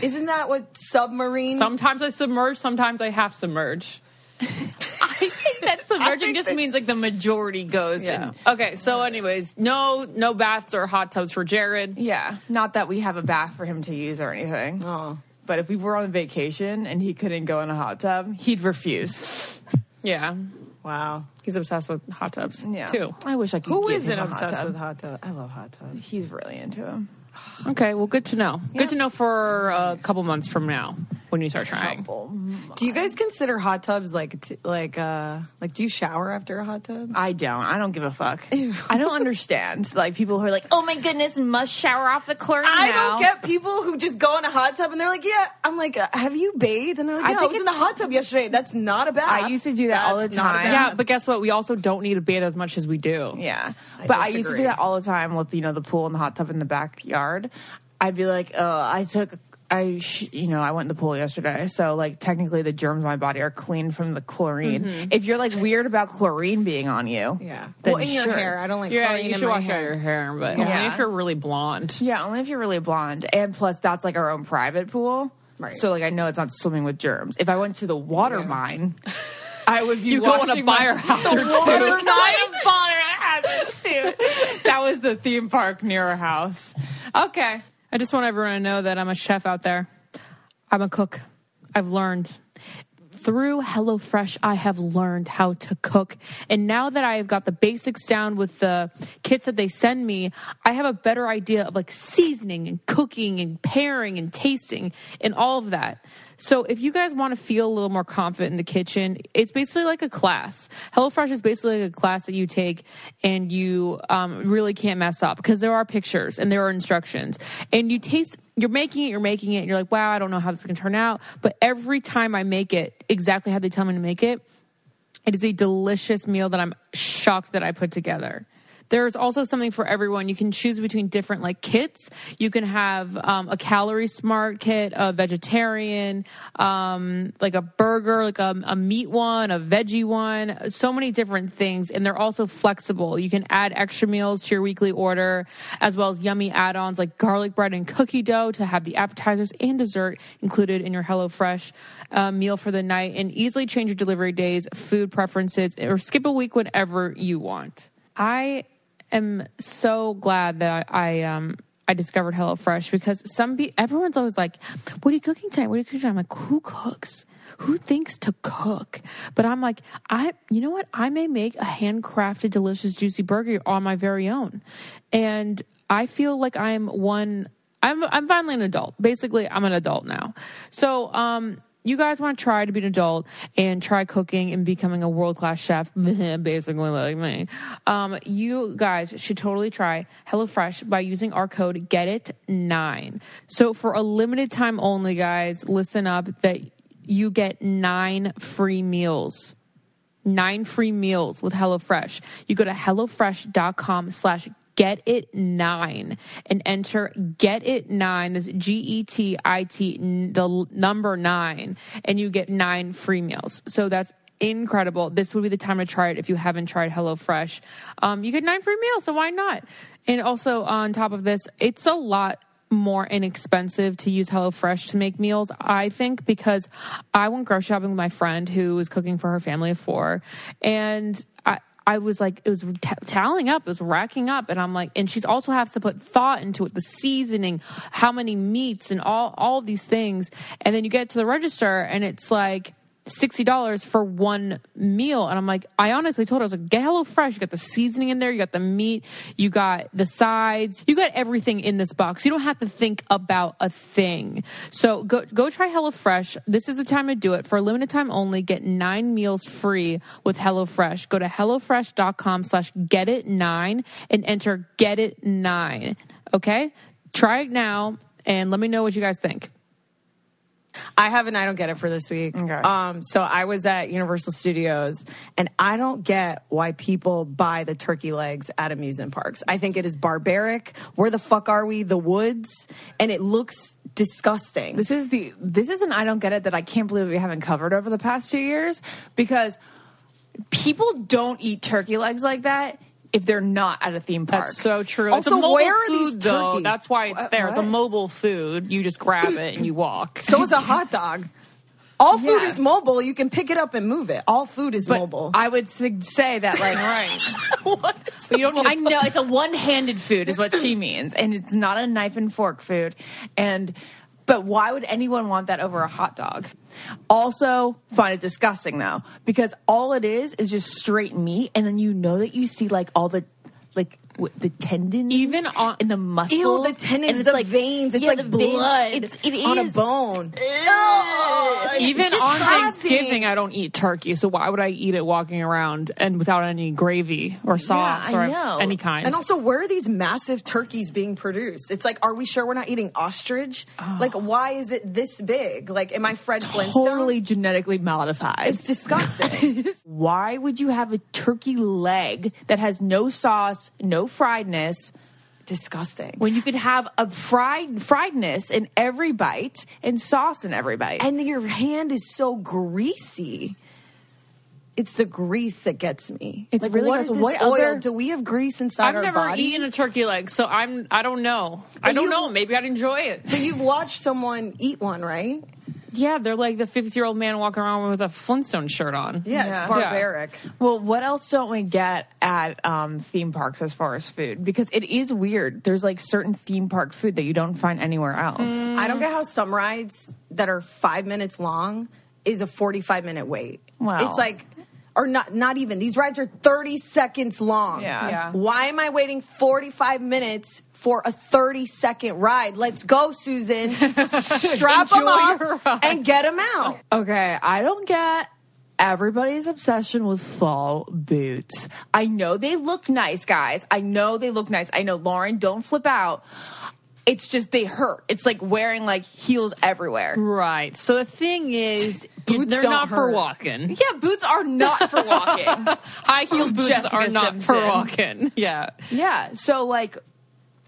[SPEAKER 1] Isn't that what submarine?
[SPEAKER 3] Sometimes I submerge. Sometimes I half submerge.
[SPEAKER 2] I think that submerging
[SPEAKER 1] think
[SPEAKER 2] just
[SPEAKER 1] that-
[SPEAKER 2] means like the majority goes yeah.
[SPEAKER 3] Okay. So, anyways, no, no baths or hot tubs for Jared.
[SPEAKER 2] Yeah. Not that we have a bath for him to use or anything.
[SPEAKER 1] Oh.
[SPEAKER 2] But if we were on vacation and he couldn't go in a hot tub, he'd refuse.
[SPEAKER 3] Yeah,
[SPEAKER 1] wow.
[SPEAKER 3] he's obsessed with hot tubs.
[SPEAKER 2] Yeah.
[SPEAKER 3] Too.
[SPEAKER 2] I wish I could.
[SPEAKER 1] Who
[SPEAKER 2] give
[SPEAKER 1] isn't
[SPEAKER 2] him a
[SPEAKER 1] obsessed
[SPEAKER 2] hot tub.
[SPEAKER 1] with hot tub? I love hot tubs.
[SPEAKER 2] He's really into him.
[SPEAKER 3] Okay. Well, good to know. Good to know for a couple months from now when you start trying.
[SPEAKER 1] Do you guys consider hot tubs like t- like uh like do you shower after a hot tub?
[SPEAKER 2] I don't. I don't give a fuck. I don't understand. Like people who are like, "Oh my goodness, must shower off the chlorine."
[SPEAKER 1] I
[SPEAKER 2] now."
[SPEAKER 1] don't get people who just go in a hot tub and they're like, "Yeah." I'm like, uh, "Have you bathed?" And they're like,
[SPEAKER 2] I
[SPEAKER 1] "Yeah, I,
[SPEAKER 2] think
[SPEAKER 1] was in the
[SPEAKER 2] it's-
[SPEAKER 1] hot tub yesterday." That's not a bath.
[SPEAKER 2] I used to do that all the
[SPEAKER 1] That's not a
[SPEAKER 2] time.
[SPEAKER 1] bath.
[SPEAKER 3] Yeah, but guess what? We also don't need to bathe as much as we do.
[SPEAKER 2] Yeah. but I used to do
[SPEAKER 1] disagree.
[SPEAKER 2] that all the time with, you know, the pool and the hot tub in the backyard. I'd be like, oh, I took, I, sh- you know, I went in the pool yesterday. So, like, technically the germs in my body are clean from the chlorine. If you're like weird about chlorine being on you.
[SPEAKER 1] Mm-hmm. Yeah.
[SPEAKER 2] then
[SPEAKER 1] Well, in your
[SPEAKER 2] sure.
[SPEAKER 1] hair, I don't like.
[SPEAKER 3] Yeah,
[SPEAKER 1] chlorine
[SPEAKER 3] you
[SPEAKER 1] in
[SPEAKER 3] should
[SPEAKER 1] my
[SPEAKER 3] wash
[SPEAKER 1] hair.
[SPEAKER 3] out your hair, but only
[SPEAKER 2] Yeah.
[SPEAKER 3] if you're really blonde. [LAUGHS]
[SPEAKER 2] Yeah, only if you're really blonde. And plus, that's like our own private pool.
[SPEAKER 1] Right.
[SPEAKER 2] So, like, I know it's not swimming with germs. If I went to the water
[SPEAKER 1] [LAUGHS]
[SPEAKER 2] mine, I would be
[SPEAKER 3] You go in a
[SPEAKER 2] washing my- [LAUGHS]
[SPEAKER 3] fire hazard
[SPEAKER 2] water
[SPEAKER 3] suit.
[SPEAKER 2] mine fire hazard suit. That was the theme park near our house. Okay.
[SPEAKER 3] I just want everyone to know that I'm a chef out there. I'm a cook. I've learned. Through HelloFresh, I have learned how to cook. And now that I have got the basics down with the kits that they send me, I have a better idea of like seasoning and cooking and pairing and tasting and all of that. So if you guys want to feel a little more confident in the kitchen, it's basically like a class. HelloFresh is basically like a class that you take and you um, really can't mess up because there are pictures and there are instructions. And you taste, you're making it, you're making it, and you're like, wow, I don't know how this is going to turn out. But every time I make it exactly how they tell me to make it, it is a delicious meal that I'm shocked that I put together. There's also something for everyone. You can choose between different like kits. You can have um, a calorie smart kit, a vegetarian, um, like a burger, like a, a meat one, a veggie one. So many different things, and they're also flexible. You can add extra meals to your weekly order, as well as yummy add-ons like garlic bread and cookie dough to have the appetizers and dessert included in your HelloFresh uh, meal for the night and easily change your delivery days, food preferences, or skip a week whenever you want. I am so glad that I um I discovered HelloFresh because some be- everyone's always like, "What are you cooking tonight? What are you cooking?" Tonight? I'm like, "Who cooks? Who thinks to cook?" But I'm like, I you know what? I may make a handcrafted, delicious, juicy burger on my very own, and I feel like I'm one. I'm I'm finally an adult. Basically, I'm an adult now. So, um, you guys want to try to be an adult and try cooking and becoming a world class chef, [LAUGHS] basically like me. Um, you guys should totally try HelloFresh by using our code Get It Nine. So for a limited time only, guys, listen up that you get nine free meals nine free meals with HelloFresh. You go to HelloFresh.com slash get it nine and enter get it nine E this g-e-t-i-t n- the l- number nine and you get nine free meals so that's incredible this would be the time to try it if you haven't tried HelloFresh. um, you get nine free meals so why not and also on top of this it's a lot more inexpensive to use HelloFresh to make meals, I think, because I went grocery shopping with my friend who was cooking for her family of four. And I, I was like, it was t- tallying up, it was racking up. And I'm like, and she's also has to put thought into it, the seasoning, how many meats and all, all these things. And then you get to the register and it's like, $60 for one meal. And I'm like, I honestly told her, I was like, get HelloFresh. You got the seasoning in there. You got the meat. You got the sides. You got everything in this box. You don't have to think about a thing. So go, go try HelloFresh. This is the time to do it. For a limited time only, get nine meals free with HelloFresh. Go to HelloFresh.com slash get it nine and enter get it nine. Okay. Try it now and let me know what you guys think.
[SPEAKER 1] I have an I don't get it for this week. Um, so I was at Universal Studios, and I don't get why people buy the turkey legs at amusement parks. I think it is barbaric. Where the fuck are we? The woods, and it looks disgusting.
[SPEAKER 2] This is the this is an I don't get it that I can't believe we haven't covered over the past two years because people don't eat turkey legs like that if they're not at a theme park.
[SPEAKER 3] That's so true. it's a
[SPEAKER 1] Also,
[SPEAKER 3] mobile
[SPEAKER 1] where are
[SPEAKER 3] food,
[SPEAKER 1] these
[SPEAKER 3] though.
[SPEAKER 1] turkeys?
[SPEAKER 3] That's why it's
[SPEAKER 1] What-
[SPEAKER 3] there. It's a
[SPEAKER 1] what?
[SPEAKER 3] mobile food. You just grab it and you
[SPEAKER 1] [LAUGHS]
[SPEAKER 3] walk.
[SPEAKER 1] so is a hot dog. All food
[SPEAKER 2] Yeah.
[SPEAKER 1] is mobile. You can pick it up and move it. All food is
[SPEAKER 2] but
[SPEAKER 1] mobile.
[SPEAKER 2] I would sug- say that
[SPEAKER 1] [LAUGHS]
[SPEAKER 2] like [LAUGHS]
[SPEAKER 3] right.
[SPEAKER 1] What is
[SPEAKER 3] But you don't need to
[SPEAKER 2] I know it's a one-handed food is what she [LAUGHS] means and it's not a knife and fork food and but why would anyone want that over a hot dog? Also, find it disgusting though because all it is is just straight meat and then you know that you see like all the like w- the tendons
[SPEAKER 3] Even on-
[SPEAKER 2] and the muscles
[SPEAKER 1] Ew, the tendons,
[SPEAKER 2] and
[SPEAKER 1] the veins. It's
[SPEAKER 2] yeah,
[SPEAKER 1] like
[SPEAKER 2] the veins.
[SPEAKER 1] blood
[SPEAKER 2] it
[SPEAKER 1] on a
[SPEAKER 2] is.
[SPEAKER 1] bone.
[SPEAKER 3] Even
[SPEAKER 1] It's just
[SPEAKER 3] on
[SPEAKER 1] crazy.
[SPEAKER 3] Thanksgiving, I don't eat turkey. So why would I eat it walking around and without any gravy or sauce
[SPEAKER 2] I
[SPEAKER 3] or
[SPEAKER 2] know.
[SPEAKER 3] any kind?
[SPEAKER 1] And also, where are these massive turkeys being produced? It's like, are we sure we're not eating ostrich?
[SPEAKER 2] Oh.
[SPEAKER 1] Like, why is it this big? Like, am I Fred Flintstone?
[SPEAKER 2] totally genetically modified. [LAUGHS]
[SPEAKER 1] It's disgusting.
[SPEAKER 2] Why would you have a turkey leg that has no sauce, no friedness,
[SPEAKER 1] disgusting.
[SPEAKER 2] when you could have a fried friedness in every bite and sauce in every bite?
[SPEAKER 1] and your hand is so greasy. It's the grease that gets me.
[SPEAKER 2] It's really
[SPEAKER 1] what is
[SPEAKER 2] gross.
[SPEAKER 1] this
[SPEAKER 2] What
[SPEAKER 1] oil?
[SPEAKER 2] other-
[SPEAKER 1] Do we have grease inside
[SPEAKER 3] I've
[SPEAKER 1] our
[SPEAKER 3] never
[SPEAKER 1] bodies?
[SPEAKER 3] eaten a turkey leg, so I'm I don't know. I
[SPEAKER 1] But
[SPEAKER 3] don't
[SPEAKER 1] you-
[SPEAKER 3] know. Maybe I'd enjoy it.
[SPEAKER 1] So you've watched someone eat one, right?
[SPEAKER 3] Yeah, they're like the 50 year old man walking around with a Flintstone shirt on.
[SPEAKER 1] Yeah,
[SPEAKER 2] Yeah.
[SPEAKER 1] it's barbaric.
[SPEAKER 2] well, what else don't we get at um, theme parks as far as food? Because it is weird. There's like certain theme park food that you don't find anywhere else.
[SPEAKER 1] I don't get how some rides that are five minutes long is a forty-five minute wait.
[SPEAKER 2] Wow.
[SPEAKER 1] It's like, or not, not even. These rides are thirty seconds long.
[SPEAKER 2] Yeah. Yeah.
[SPEAKER 1] Why am I waiting forty-five minutes for a thirty-second ride? Let's go, Susan. Strap them
[SPEAKER 3] your
[SPEAKER 1] up
[SPEAKER 3] ride.
[SPEAKER 1] and get them out.
[SPEAKER 2] Okay, I don't get everybody's obsession with fall boots. I know they look nice, guys. I know they look nice. I know Lauren, don't flip out. It's just they hurt. It's like wearing like heels everywhere.
[SPEAKER 3] Right. So the thing is,
[SPEAKER 1] Boots
[SPEAKER 3] they're
[SPEAKER 1] don't
[SPEAKER 3] not for
[SPEAKER 1] hurt.
[SPEAKER 3] walking.
[SPEAKER 2] Yeah, boots are not for
[SPEAKER 3] [LAUGHS]
[SPEAKER 2] walking.
[SPEAKER 3] High
[SPEAKER 1] [LAUGHS]
[SPEAKER 3] heeled boots
[SPEAKER 2] Jessica
[SPEAKER 3] are not for
[SPEAKER 2] Simpson.
[SPEAKER 3] walking. [LAUGHS] Yeah.
[SPEAKER 2] yeah, so like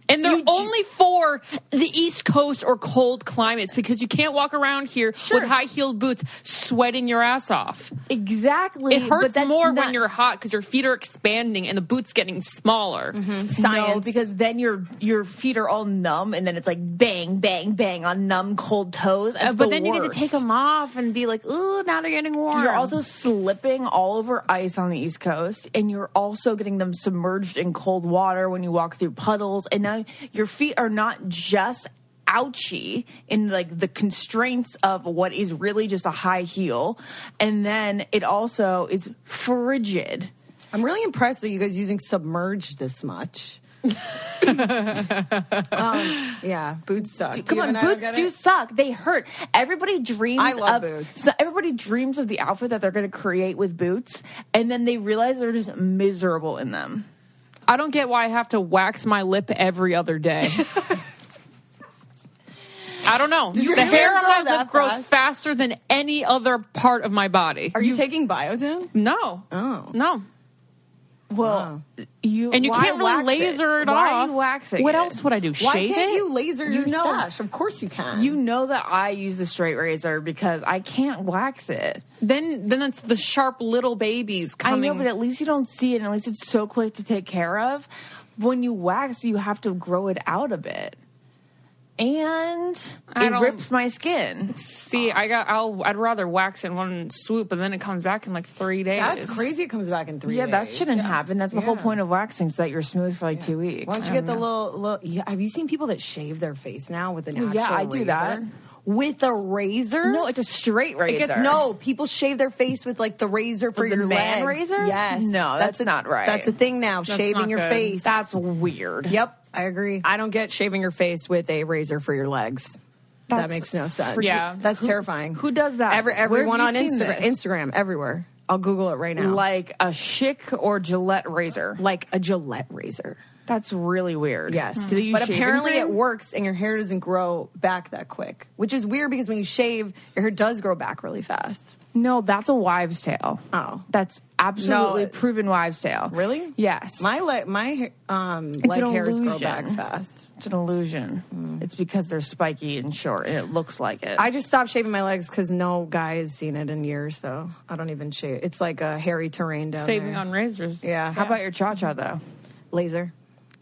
[SPEAKER 3] And they're
[SPEAKER 2] You ju-
[SPEAKER 3] only for the East Coast or cold climates because you can't walk around here with high heeled boots sweating your ass off.
[SPEAKER 2] exactly.
[SPEAKER 3] It
[SPEAKER 2] but
[SPEAKER 3] hurts
[SPEAKER 2] that's
[SPEAKER 3] more
[SPEAKER 2] not-
[SPEAKER 3] when you're hot because your feet are expanding and the boot's getting smaller. Uh,
[SPEAKER 1] Science.
[SPEAKER 2] No, because then your your feet are all numb, and then it's like bang, bang, bang on numb, cold toes.
[SPEAKER 3] Uh,
[SPEAKER 2] It's
[SPEAKER 3] but
[SPEAKER 2] the
[SPEAKER 3] then you get to
[SPEAKER 2] worst.
[SPEAKER 3] take them off and be like, ooh, now they're getting warm.
[SPEAKER 2] You're also slipping all over ice on the East Coast, and you're also getting them submerged in cold water when you walk through puddles. And now your feet are not just ouchy in like the constraints of what is really just a high heel, and then it also is frigid.
[SPEAKER 1] I'm really impressed with you guys using submerged this much. um, yeah, boots suck. Do
[SPEAKER 2] Come
[SPEAKER 1] you
[SPEAKER 2] on,
[SPEAKER 1] and I don't
[SPEAKER 2] boots
[SPEAKER 1] get
[SPEAKER 2] do
[SPEAKER 1] it?
[SPEAKER 2] suck. They hurt. Everybody dreams
[SPEAKER 1] I love
[SPEAKER 2] of
[SPEAKER 1] boots.
[SPEAKER 2] so everybody dreams of the outfit that they're going to create with boots, and then they realize they're just miserable in them.
[SPEAKER 3] I don't get why I have to wax my lip every other day. I don't know.
[SPEAKER 1] your
[SPEAKER 3] the hair
[SPEAKER 1] hair
[SPEAKER 3] on
[SPEAKER 1] grow
[SPEAKER 3] my
[SPEAKER 1] that
[SPEAKER 3] lip grows
[SPEAKER 1] fast?
[SPEAKER 3] faster than any other part of my body.
[SPEAKER 1] Are you, taking biotin?
[SPEAKER 3] No. Oh. No.
[SPEAKER 2] Well, you
[SPEAKER 3] And you
[SPEAKER 2] why
[SPEAKER 3] can't really
[SPEAKER 2] wax
[SPEAKER 3] laser it,
[SPEAKER 2] why
[SPEAKER 3] off.
[SPEAKER 2] Are you waxing?
[SPEAKER 3] What
[SPEAKER 2] it?
[SPEAKER 3] else would I do?
[SPEAKER 1] Why
[SPEAKER 3] Shave
[SPEAKER 1] can't
[SPEAKER 3] it?
[SPEAKER 1] you laser
[SPEAKER 2] You
[SPEAKER 1] your
[SPEAKER 2] know.
[SPEAKER 1] stash? Of course you can.
[SPEAKER 2] You know that I use the straight razor because I can't wax it.
[SPEAKER 3] Then then that's the sharp little babies coming.
[SPEAKER 2] I know, but at least you don't see it, and at least it's so quick to take care of. When you wax, you have to grow it out a bit, and
[SPEAKER 3] I
[SPEAKER 2] it
[SPEAKER 3] don't-
[SPEAKER 2] rips my skin.
[SPEAKER 3] See, I got I'll I'd rather wax in one swoop and then it comes back in like 3 days.
[SPEAKER 1] That's crazy. It comes back in three.
[SPEAKER 2] Yeah, that
[SPEAKER 1] days.
[SPEAKER 2] shouldn't happen. That's the whole
[SPEAKER 1] Yeah.
[SPEAKER 2] point of waxing, so that you're smooth for like two weeks.
[SPEAKER 1] Why don't you get the little? little yeah, have you seen people that shave their face now with an actual
[SPEAKER 2] yeah, I do
[SPEAKER 1] razor?
[SPEAKER 2] that.
[SPEAKER 5] with a razor?
[SPEAKER 2] No, it's a straight razor.
[SPEAKER 5] No, people shave their face with like the razor for
[SPEAKER 2] With the
[SPEAKER 5] your
[SPEAKER 2] man
[SPEAKER 5] legs.
[SPEAKER 2] razor?
[SPEAKER 5] Yes.
[SPEAKER 2] No, that's
[SPEAKER 5] a-
[SPEAKER 2] not right.
[SPEAKER 5] That's a thing now, shaving
[SPEAKER 3] not
[SPEAKER 5] your
[SPEAKER 3] good.
[SPEAKER 5] face.
[SPEAKER 2] That's weird.
[SPEAKER 5] Yep, I agree.
[SPEAKER 1] I don't get shaving your face with a razor for your legs. that
[SPEAKER 2] That's
[SPEAKER 1] makes no sense.
[SPEAKER 3] Yeah.
[SPEAKER 1] that's terrifying.
[SPEAKER 2] who does that?
[SPEAKER 1] Every,
[SPEAKER 2] Where have
[SPEAKER 1] everyone
[SPEAKER 2] you
[SPEAKER 1] on
[SPEAKER 2] seen
[SPEAKER 1] Instagram,
[SPEAKER 2] this?
[SPEAKER 1] Instagram, everywhere. I'll Google it right now.
[SPEAKER 2] Like a chic or Gillette razor.
[SPEAKER 1] like a Gillette razor.
[SPEAKER 2] That's really weird. Hmm.
[SPEAKER 1] Yes,
[SPEAKER 2] Do they use
[SPEAKER 1] Hmm. but
[SPEAKER 2] shaving
[SPEAKER 1] apparently it
[SPEAKER 2] cream?
[SPEAKER 1] works, and your hair doesn't grow back that quick, which is weird because when you shave, your hair does grow back really fast.
[SPEAKER 2] No, that's a wives' tale.
[SPEAKER 1] Oh.
[SPEAKER 2] that's absolutely
[SPEAKER 1] No, it-
[SPEAKER 2] proven wives' tale.
[SPEAKER 1] Really?
[SPEAKER 2] Yes.
[SPEAKER 1] My le- my um, leg
[SPEAKER 2] an
[SPEAKER 1] hairs grow
[SPEAKER 2] illusion.
[SPEAKER 1] back fast.
[SPEAKER 2] it's an illusion. It's because they're spiky and short, and it looks like it.
[SPEAKER 1] I just stopped shaving my legs because no guy has seen it in years, so I don't even shave. It's like a hairy terrain down
[SPEAKER 3] saving
[SPEAKER 1] there.
[SPEAKER 3] on razors.
[SPEAKER 1] yeah.
[SPEAKER 2] How about your cha cha though?
[SPEAKER 1] laser?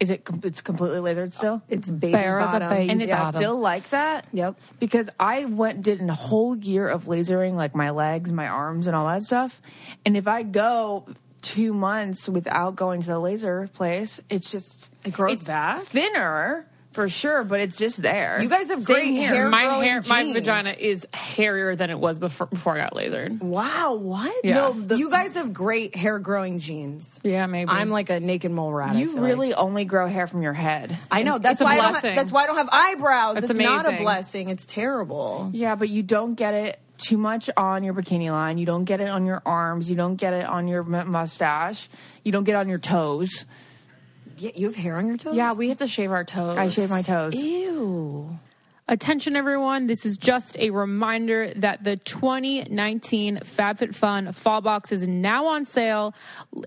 [SPEAKER 2] Is it? com- It's completely lasered still.
[SPEAKER 1] It's baby's
[SPEAKER 3] Bare as a
[SPEAKER 1] bottom.
[SPEAKER 3] baby.
[SPEAKER 2] and it's
[SPEAKER 3] bottom.
[SPEAKER 2] still like that.
[SPEAKER 5] Yep.
[SPEAKER 2] Because I went did a whole year of lasering, like my legs, my arms, and all that stuff. And if I go two months without going to the laser place, it's just
[SPEAKER 1] It grows
[SPEAKER 2] it's
[SPEAKER 1] back?
[SPEAKER 2] thinner for sure, but it's just there.
[SPEAKER 1] You guys have
[SPEAKER 2] Same
[SPEAKER 1] great
[SPEAKER 2] here.
[SPEAKER 1] hair
[SPEAKER 3] my
[SPEAKER 1] growing
[SPEAKER 3] hair, my
[SPEAKER 1] genes.
[SPEAKER 3] vagina is hairier than it was before before I got lasered.
[SPEAKER 1] Wow, what?
[SPEAKER 3] Yeah.
[SPEAKER 1] No, the- you guys have great hair growing genes.
[SPEAKER 3] Yeah, maybe.
[SPEAKER 1] I'm like a naked mole rat. I
[SPEAKER 2] You
[SPEAKER 1] feel
[SPEAKER 2] really
[SPEAKER 1] like.
[SPEAKER 2] only grow hair from your head.
[SPEAKER 1] I know. That's
[SPEAKER 3] a
[SPEAKER 1] why I don't.
[SPEAKER 3] blessing.
[SPEAKER 1] Have, that's why I don't have eyebrows.
[SPEAKER 3] That's
[SPEAKER 1] it's not a
[SPEAKER 3] amazing.
[SPEAKER 1] blessing. It's terrible.
[SPEAKER 2] Yeah, but you don't get it too much on your bikini line. You don't get it on your arms. You don't get it on your mu- mustache. You don't get it on your toes.
[SPEAKER 1] Yeah, you have hair on your toes.
[SPEAKER 3] Yeah, we have to shave our toes.
[SPEAKER 2] I shave my toes.
[SPEAKER 1] Ew.
[SPEAKER 3] Attention, everyone. This is just a reminder that the 2019 FabFitFun Fall Box is now on sale,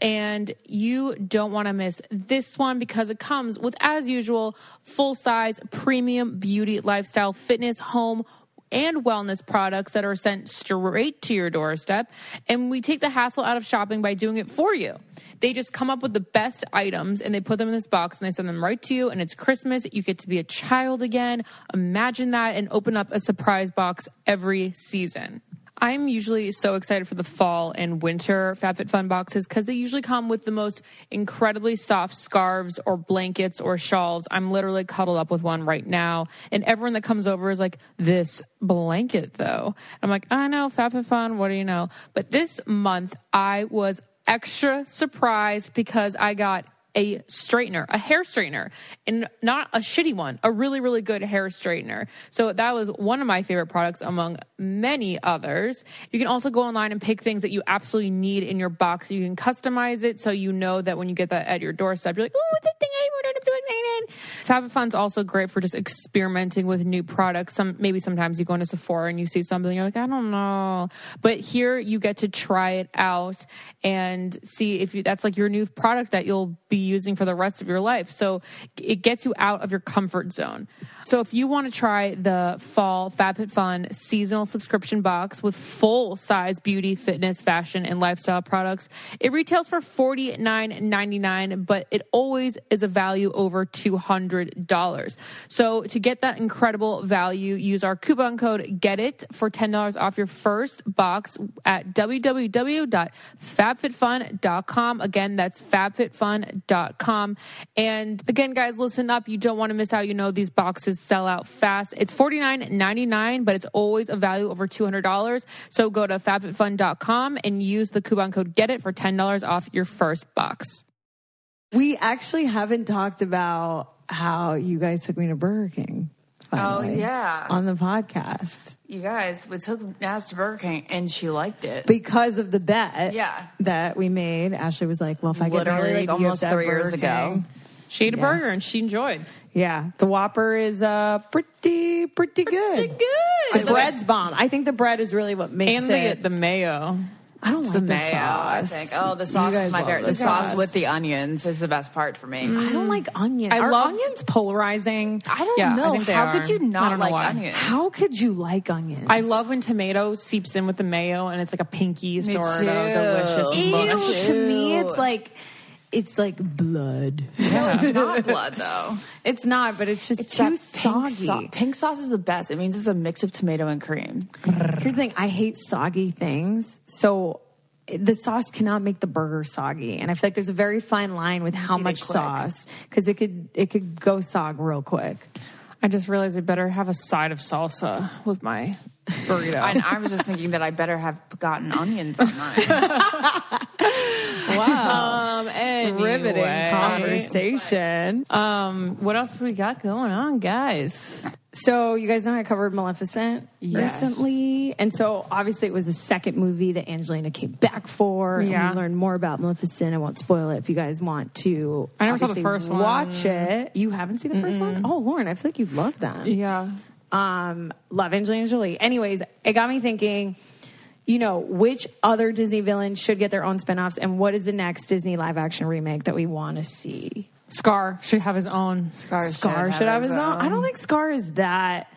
[SPEAKER 3] and you don't want to miss this one because it comes with, as usual, full size premium beauty, lifestyle, fitness, home, and wellness products that are sent straight to your doorstep. And we take the hassle out of shopping by doing it for you. They just come up with the best items and they put them in this box and they send them right to you. And it's Christmas. You get to be a child again. Imagine that and open up a surprise box every season. I'm usually so excited for the fall and winter FabFitFun boxes because they usually come with the most incredibly soft scarves or blankets or shawls. I'm literally cuddled up with one right now, and everyone that comes over is like, "This blanket, though." I'm like, "I know FabFitFun. What do you know?" But this month, I was extra surprised because I got a straightener, a hair straightener, and not a shitty one, a really, really good hair straightener. So that was one of my favorite products among many others. You can also go online and pick things that you absolutely need in your box. You can customize it so you know that when you get that at your doorstep, you're like, oh, it's a thing I ordered. I'm so excited. FabFun's also great for just experimenting with new products. Some maybe sometimes you go into Sephora and you see something, you're like, I don't know. But here you get to try it out and see if you, that's like your new product that you'll be using for the rest of your life. So it gets you out of your comfort zone. So if you want to try the fall FabFitFun seasonal subscription box with full size beauty, fitness, fashion, and lifestyle products, it retails for forty nine ninety nine, but it always is a value over two hundred dollars. So to get that incredible value, use our coupon code Get It for ten dollars off your first box at www.fabfitfun.com. Again, that's fabfitfun.com. And again, guys, listen up. You don't want to miss out. You know these boxes sell out fast. It's forty nine ninety nine, but it's always a value over two hundred dollars. So go to fabfitfun.com and use the coupon code Get It for ten dollars off your first box.
[SPEAKER 1] We actually haven't talked about how you guys took me to Burger King. finally,
[SPEAKER 2] yeah.
[SPEAKER 1] on the podcast
[SPEAKER 2] You guys, we took Nas to Burger King and she liked it.
[SPEAKER 1] because of the bet.
[SPEAKER 2] Yeah.
[SPEAKER 1] that we made. Ashley was like, "Well, if I get
[SPEAKER 2] Literally,
[SPEAKER 1] married,
[SPEAKER 2] like,
[SPEAKER 1] you have
[SPEAKER 2] almost
[SPEAKER 1] that
[SPEAKER 2] three years
[SPEAKER 1] Burger
[SPEAKER 2] ago.
[SPEAKER 1] King.
[SPEAKER 3] She ate a burger and she enjoyed.
[SPEAKER 1] Yeah, the Whopper is uh pretty pretty good.
[SPEAKER 3] Pretty good.
[SPEAKER 1] The bread's bomb. I think the bread is really what makes
[SPEAKER 3] And
[SPEAKER 1] it.
[SPEAKER 3] the, the mayo.
[SPEAKER 1] I don't like the, sauce.
[SPEAKER 2] Oh, the sauce
[SPEAKER 1] guys
[SPEAKER 2] is my
[SPEAKER 1] love
[SPEAKER 2] favorite.
[SPEAKER 1] the
[SPEAKER 2] The sauce
[SPEAKER 1] sauce.
[SPEAKER 2] with the
[SPEAKER 1] [LAUGHS]
[SPEAKER 2] onions is the best part for me.
[SPEAKER 1] Mm. I don't like onion.
[SPEAKER 3] I
[SPEAKER 1] Are
[SPEAKER 3] love-
[SPEAKER 1] onions polarizing.
[SPEAKER 2] I don't
[SPEAKER 3] Yeah, I
[SPEAKER 2] know.
[SPEAKER 3] think they
[SPEAKER 2] How
[SPEAKER 3] are.
[SPEAKER 2] could you
[SPEAKER 3] I
[SPEAKER 2] not
[SPEAKER 3] don't know
[SPEAKER 2] like
[SPEAKER 3] why.
[SPEAKER 2] onions?
[SPEAKER 1] How could you like onions?
[SPEAKER 3] I love when tomato seeps in with the mayo and it's like a pinky
[SPEAKER 2] Me
[SPEAKER 3] sort
[SPEAKER 2] too.
[SPEAKER 3] of delicious.
[SPEAKER 2] Ew.
[SPEAKER 3] mush.
[SPEAKER 1] to me it's like it's like blood.
[SPEAKER 2] it's not blood though.
[SPEAKER 1] [LAUGHS] It's not, but it's just
[SPEAKER 2] It's
[SPEAKER 1] too
[SPEAKER 2] that pink
[SPEAKER 1] soggy.
[SPEAKER 2] sau- pink sauce is the best. It means it's a mix of tomato and cream.
[SPEAKER 1] Here's the thing: I hate soggy things, so it- the sauce cannot make the burger soggy. And I feel like there's a very fine line with how
[SPEAKER 2] Eat it
[SPEAKER 1] much
[SPEAKER 2] quick.
[SPEAKER 1] sauce because it could it could go sog real quick.
[SPEAKER 3] I just realized I better have a side of salsa with my burrito.
[SPEAKER 2] And I was just thinking that I better have gotten onions on mine.
[SPEAKER 1] [LAUGHS]
[SPEAKER 3] um, anyway,
[SPEAKER 1] Riveting conversation.
[SPEAKER 3] Um, what else we got going on, guys?
[SPEAKER 1] So you guys know I covered Maleficent
[SPEAKER 3] Yes.
[SPEAKER 1] recently, and so obviously it was the second movie that Angelina came back for.
[SPEAKER 3] Yeah.
[SPEAKER 1] and we learned more about Maleficent. I won't spoil it if you guys want to.
[SPEAKER 3] I never saw the
[SPEAKER 1] obviously
[SPEAKER 3] first one.
[SPEAKER 1] Watch it. You haven't seen the 1st one? Oh, Lauren, I feel like you love that.
[SPEAKER 3] Yeah.
[SPEAKER 1] Um, love Angelina Jolie. Anyways, it got me thinking. You know, which other Disney villains should get their own spin-offs and what is the next Disney live action remake that we want to see?
[SPEAKER 3] Scar should have his own.
[SPEAKER 2] Scar,
[SPEAKER 1] Scar should have his own.
[SPEAKER 6] Um,
[SPEAKER 1] I don't think Scar is that.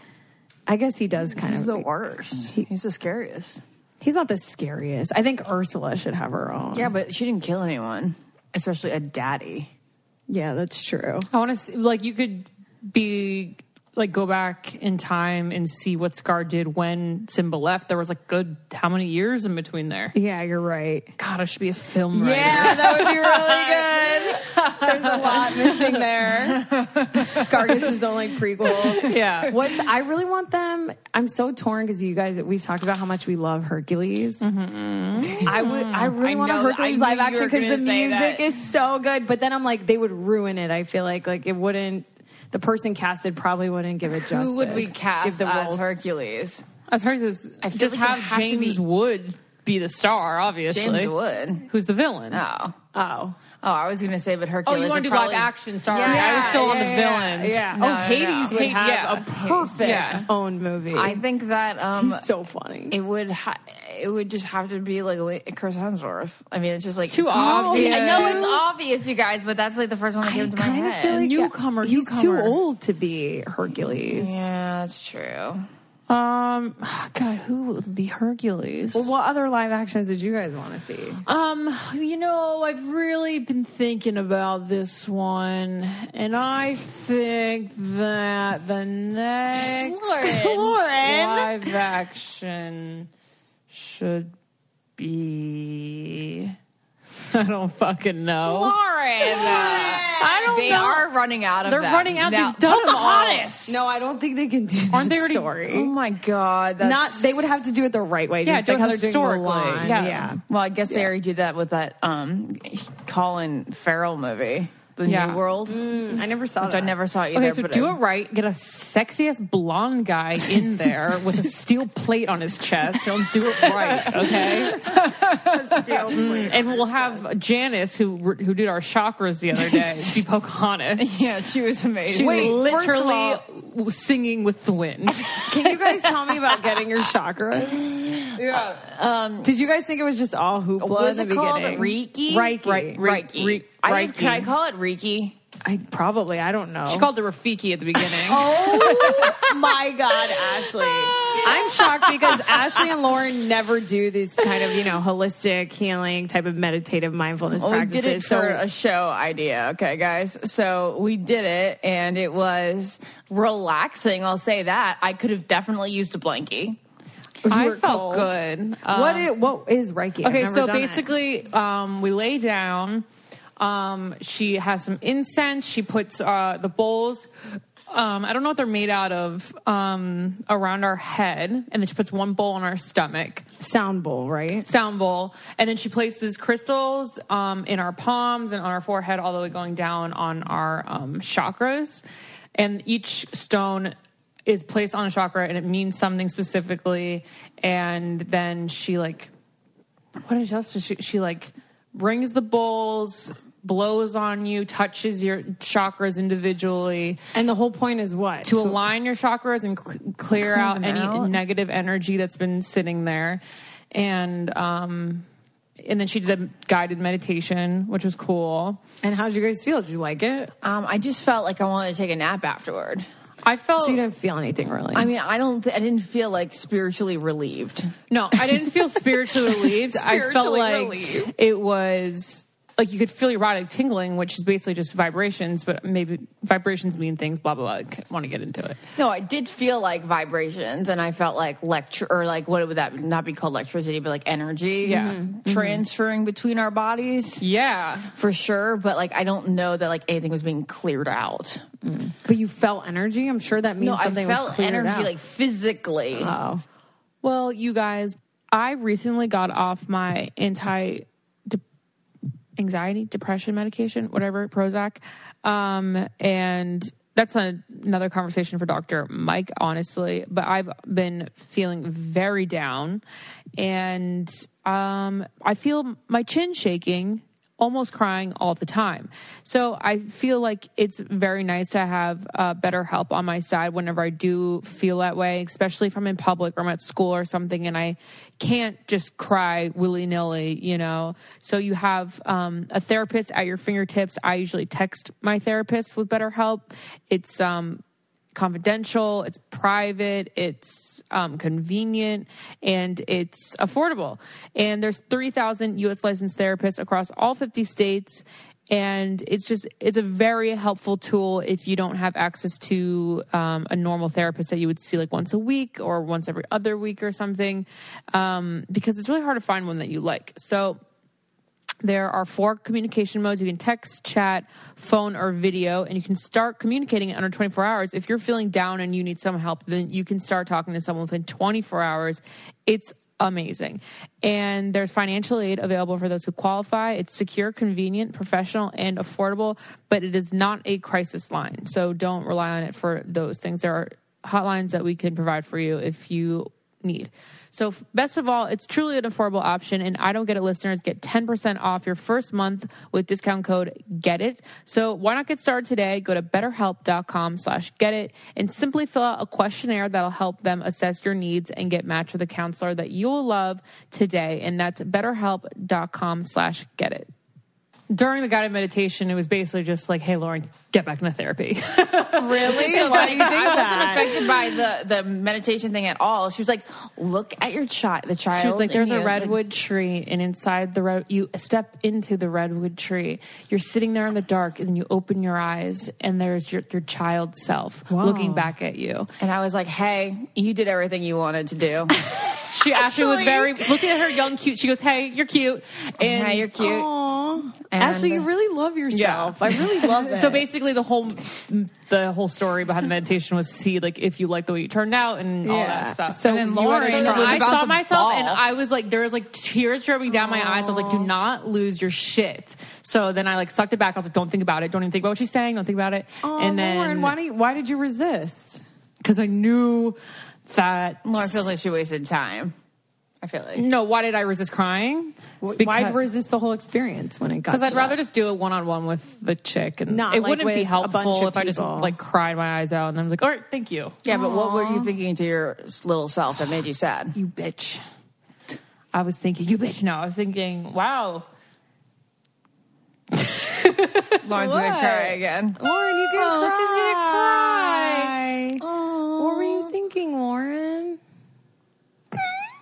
[SPEAKER 1] I guess he does kind
[SPEAKER 6] He's
[SPEAKER 1] of.
[SPEAKER 6] the worst. He's the scariest.
[SPEAKER 1] he's not the scariest. I think Ursula should have her own.
[SPEAKER 6] Yeah, but she didn't kill anyone, especially a daddy.
[SPEAKER 1] yeah, that's true.
[SPEAKER 3] I want to see, like, you could be, like, go back in time and see what Scar did when Simba left. There was, like, good how many years in between there?
[SPEAKER 1] Yeah, you're right.
[SPEAKER 3] God, I should be a film
[SPEAKER 2] [LAUGHS]
[SPEAKER 3] writer.
[SPEAKER 1] Yeah, that would be really good. There's a lot missing there. Scar gets his own like prequel.
[SPEAKER 3] Yeah.
[SPEAKER 1] What's I really want them. I'm so torn because you guys we've talked about how much we love Hercules. I would. I really
[SPEAKER 2] I
[SPEAKER 1] want a
[SPEAKER 2] know- I
[SPEAKER 1] Hercules
[SPEAKER 2] knew
[SPEAKER 1] live
[SPEAKER 2] you were
[SPEAKER 1] action because
[SPEAKER 2] gonna
[SPEAKER 1] the
[SPEAKER 2] say
[SPEAKER 1] music
[SPEAKER 2] that.
[SPEAKER 1] is so good. But then I'm like, they would ruin it. I feel like like it wouldn't. The person casted probably wouldn't give it justice.
[SPEAKER 2] Who would we
[SPEAKER 1] Give
[SPEAKER 2] cast
[SPEAKER 1] the
[SPEAKER 2] as
[SPEAKER 1] role-
[SPEAKER 2] Hercules?
[SPEAKER 3] As hard as
[SPEAKER 2] I feel
[SPEAKER 3] just
[SPEAKER 2] like it
[SPEAKER 3] have
[SPEAKER 2] would have to
[SPEAKER 3] James
[SPEAKER 2] be-
[SPEAKER 3] Wood be the star, obviously.
[SPEAKER 2] James Wood.
[SPEAKER 3] Who's the villain? Oh,
[SPEAKER 2] Oh.
[SPEAKER 1] Oh,
[SPEAKER 2] Oh, I was going to say, but Hercules.
[SPEAKER 3] wanna
[SPEAKER 2] would
[SPEAKER 3] do live
[SPEAKER 2] probably...
[SPEAKER 3] action, sorry. I was still on the villains.
[SPEAKER 1] yeah.
[SPEAKER 2] No,
[SPEAKER 1] oh,
[SPEAKER 2] no,
[SPEAKER 1] Hades
[SPEAKER 2] no.
[SPEAKER 1] would
[SPEAKER 3] Ha-
[SPEAKER 1] have
[SPEAKER 3] yeah.
[SPEAKER 1] a perfect
[SPEAKER 3] Yeah.
[SPEAKER 1] own movie.
[SPEAKER 2] I think that um,
[SPEAKER 1] He's so funny.
[SPEAKER 2] it would ha- it would just have to be like Le- Chris Hemsworth. I mean, it's just like
[SPEAKER 3] Too
[SPEAKER 2] it's
[SPEAKER 3] obvious.
[SPEAKER 2] I know
[SPEAKER 3] Too-
[SPEAKER 2] it's obvious, you guys, but that's like the first one that came to my
[SPEAKER 1] kinda
[SPEAKER 2] head.
[SPEAKER 1] feel like
[SPEAKER 3] Newcomer,
[SPEAKER 1] He's
[SPEAKER 3] newcomer.
[SPEAKER 1] too old to be Hercules.
[SPEAKER 2] yeah, that's true.
[SPEAKER 3] Um, [SIGHS] oh, God, who would be Hercules?
[SPEAKER 1] What other live actions did you guys want to see?
[SPEAKER 3] Um, you know, I've really been thinking about this one, and I think that the next
[SPEAKER 2] [LAUGHS]
[SPEAKER 3] live action should be. I don't fucking know. I don't
[SPEAKER 2] They
[SPEAKER 3] know.
[SPEAKER 2] are running out of.
[SPEAKER 3] They're
[SPEAKER 2] them.
[SPEAKER 3] running out.
[SPEAKER 2] Now,
[SPEAKER 3] They've done them all.
[SPEAKER 2] Pocahontas!
[SPEAKER 1] No, I don't think they can do. That
[SPEAKER 3] Aren't they already-
[SPEAKER 1] story?
[SPEAKER 6] Oh my god, that's
[SPEAKER 1] Not. They would have to do it the right way.
[SPEAKER 3] Yeah,
[SPEAKER 1] just
[SPEAKER 3] do
[SPEAKER 1] like
[SPEAKER 3] it
[SPEAKER 1] how they're doing
[SPEAKER 3] historically.
[SPEAKER 1] Mulan.
[SPEAKER 3] Yeah.
[SPEAKER 2] Well,
[SPEAKER 6] Well, I guess they already did that with that um Colin Farrell movie, The
[SPEAKER 3] Yeah.
[SPEAKER 6] New World,
[SPEAKER 1] I never saw
[SPEAKER 6] which I
[SPEAKER 1] that.
[SPEAKER 6] never saw either.
[SPEAKER 3] Okay, so
[SPEAKER 6] but
[SPEAKER 3] do
[SPEAKER 6] I-
[SPEAKER 3] it [LAUGHS] right. Get a sexy ass blonde guy in there [LAUGHS] with a steel plate on his chest. Don't do it right, okay? Mm, and we'll have Janice, who who did our chakras the other day, be Pocahontas.
[SPEAKER 2] Yeah, she was amazing.
[SPEAKER 3] She
[SPEAKER 1] [LAUGHS] Wait,
[SPEAKER 3] was
[SPEAKER 1] first of
[SPEAKER 3] literally
[SPEAKER 1] all-
[SPEAKER 3] w- singing with the
[SPEAKER 1] [LAUGHS]
[SPEAKER 3] wind.
[SPEAKER 1] Can you guys tell
[SPEAKER 3] [LAUGHS]
[SPEAKER 1] me about getting your chakras?
[SPEAKER 3] yeah,
[SPEAKER 1] Did you guys think it was just all hoopla
[SPEAKER 2] was
[SPEAKER 1] in
[SPEAKER 2] it
[SPEAKER 1] the
[SPEAKER 2] called
[SPEAKER 1] beginning?
[SPEAKER 2] Reiki?
[SPEAKER 1] Reiki.
[SPEAKER 3] Right, right.
[SPEAKER 2] Reiki.
[SPEAKER 3] Reiki.
[SPEAKER 2] I just, can I
[SPEAKER 3] Reiki.
[SPEAKER 2] call it Reiki?
[SPEAKER 1] I probably. I don't know.
[SPEAKER 3] she called the Rafiki at the beginning.
[SPEAKER 1] Oh my God, Ashley. I'm shocked because Ashley and Lauren never do these kind of, you know, holistic healing type of meditative mindfulness
[SPEAKER 2] Well, Oh, we
[SPEAKER 1] practices.
[SPEAKER 2] did it for a show idea, okay, guys. So we did it, and it was relaxing. I'll say that. I could have definitely used a blankie.
[SPEAKER 3] I
[SPEAKER 1] were
[SPEAKER 3] felt
[SPEAKER 1] cold.
[SPEAKER 3] good. Um,
[SPEAKER 1] so what is, what is Reiki? I've
[SPEAKER 3] Okay,
[SPEAKER 1] never
[SPEAKER 3] so
[SPEAKER 1] done it.
[SPEAKER 3] basically, um, we lay down. Um, she has some incense. She puts uh, the bowls. Um, I don't know what they're made out of um, around our head, and then she puts one bowl on our stomach,
[SPEAKER 1] sound bowl, right?
[SPEAKER 3] sound bowl, and then she places crystals um, in our palms and on our forehead, all the way going down on our um, chakras, and each stone is placed on a chakra, and it means something specifically, and then she like what is else? She, she like rings the bowls, blows on you, touches your chakras individually
[SPEAKER 1] And the whole point is what?
[SPEAKER 3] to align your chakras and cl- clear out
[SPEAKER 6] them
[SPEAKER 3] any
[SPEAKER 6] out.
[SPEAKER 3] negative energy that's been sitting there. And um, and then she did a guided meditation, which was cool.
[SPEAKER 1] and how did you guys feel? Did you like it?
[SPEAKER 2] Um, I just felt like I wanted to take a nap afterward.
[SPEAKER 3] I felt
[SPEAKER 1] So you didn't feel anything really.
[SPEAKER 2] I mean, I don't. Th- I didn't feel like spiritually relieved.
[SPEAKER 3] [LAUGHS] No, I didn't feel spiritually relieved. I felt
[SPEAKER 2] Spiritually
[SPEAKER 3] like
[SPEAKER 2] relieved.
[SPEAKER 3] it was like you could feel your body tingling, which is basically just vibrations, but maybe vibrations mean things, blah, blah, blah. I want to get into it.
[SPEAKER 6] No, I did feel like vibrations, and I felt like lecture, or like what would that not be called electricity, but like energy,
[SPEAKER 3] Yeah.
[SPEAKER 1] Mm-hmm.
[SPEAKER 2] Mm-hmm.
[SPEAKER 3] Mhm.
[SPEAKER 6] transferring between our bodies
[SPEAKER 3] Yeah.
[SPEAKER 6] for sure. But like, I don't know that like anything was being cleared out.
[SPEAKER 1] But you felt energy. I'm sure that means
[SPEAKER 6] no, I
[SPEAKER 1] something was
[SPEAKER 6] felt
[SPEAKER 1] cleared
[SPEAKER 6] energy
[SPEAKER 1] out. Oh.
[SPEAKER 6] like physically.
[SPEAKER 3] Well, you guys, I recently got off my anti de- anxiety, depression medication, whatever, Prozac. Um, and that's a, another conversation for Dr. Mike, honestly. But I've been feeling very down. And um, I feel my chin shaking, almost crying all the time. So I feel like it's very nice to have uh, better help on my side whenever I do feel that way, especially if I'm in public or I'm at school or something and I can't just cry willy nilly, you know? So you have um, a therapist at your fingertips. I usually text my therapist with BetterHelp. It's, um, confidential, it's private, it's um, convenient, and it's affordable. And there's 3,000 U.S. licensed therapists across all 50 states. And it's just, it's a very helpful tool if you don't have access to um, a normal therapist that you would see like once a week or once every other week or something, um, because it's really hard to find one that you like. So, there are four communication modes. You can text, chat, phone, or video, and you can start communicating in under 24 hours. If you're feeling down and you need some help, then you can start talking to someone within 24 hours. It's amazing. And there's financial aid available for those who qualify. It's secure, convenient, professional, and affordable, but it is not a crisis line. So don't rely on it for those things. There are hotlines that we can provide for you if you need. So, f- best of all, it's truly an affordable option, and I don't get it. Listeners get 10% off your first month with discount code GET IT. So, why not get started today? Go to betterhelp.com slash get it and simply fill out a questionnaire that'll help them assess your needs and get matched with a counselor that you'll love today. And that's betterhelp.com slash get it. During the guided meditation, it was basically just like, hey, Lauren, get back into therapy. [LAUGHS]
[SPEAKER 6] Really?
[SPEAKER 1] Why do you think
[SPEAKER 6] I
[SPEAKER 1] that?
[SPEAKER 6] wasn't affected by the, the meditation thing at all. She was like, look at your child, the child.
[SPEAKER 3] She was like,
[SPEAKER 6] in
[SPEAKER 3] "There's a
[SPEAKER 6] you."
[SPEAKER 3] redwood tree, and inside the red, you step into the redwood tree. You're sitting there in the dark, and you open your eyes, and there's your your child self looking back at you."
[SPEAKER 6] And I was like, hey, you did everything you wanted to
[SPEAKER 1] [LAUGHS]
[SPEAKER 6] do.
[SPEAKER 3] She actually was very looking at her young, cute. She goes, "Hey, you're cute," and
[SPEAKER 6] hey, you're cute. And-
[SPEAKER 1] Ashley, you really love yourself. I really love that.
[SPEAKER 3] So basically, the whole the whole story behind the meditation was to see like if you like the way you turned out and all
[SPEAKER 1] Yeah.
[SPEAKER 3] that stuff.
[SPEAKER 1] So And then you Lauren wanted to try. was
[SPEAKER 3] I
[SPEAKER 6] about
[SPEAKER 3] saw
[SPEAKER 6] to bawl.
[SPEAKER 3] myself and I was like, there was like tears dripping down my eyes. I was like, do not lose your shit. So then I like sucked it back. I was like, don't think about it. Don't even think about what she's saying. Don't think about it.
[SPEAKER 1] Aw,
[SPEAKER 3] and then
[SPEAKER 1] Oh, Lauren, why, do you, why did you resist?
[SPEAKER 3] because I knew that
[SPEAKER 6] Lauren feels like she wasted time. I feel like.
[SPEAKER 3] no. Why did I resist crying?
[SPEAKER 1] why
[SPEAKER 3] Because-
[SPEAKER 1] resist the whole experience when it got?
[SPEAKER 3] Because I'd
[SPEAKER 1] to
[SPEAKER 3] rather just do it one on one with the chick, and
[SPEAKER 1] Not
[SPEAKER 3] it
[SPEAKER 1] like
[SPEAKER 3] wouldn't
[SPEAKER 1] with
[SPEAKER 3] be
[SPEAKER 1] a bunch
[SPEAKER 3] helpful
[SPEAKER 1] of
[SPEAKER 3] if I just
[SPEAKER 1] people.
[SPEAKER 3] like cried my eyes out and then was like, "All right, thank you,
[SPEAKER 6] Yeah, but what were you thinking to your little self that made you sad?
[SPEAKER 3] you bitch." I was thinking, "You bitch." No, I was thinking, "Wow,
[SPEAKER 6] Lauren's
[SPEAKER 1] What?
[SPEAKER 6] again.
[SPEAKER 1] that. Lauren, you can
[SPEAKER 6] Oh, she's gonna
[SPEAKER 1] cry. she's gonna cry. What were you thinking, Lauren?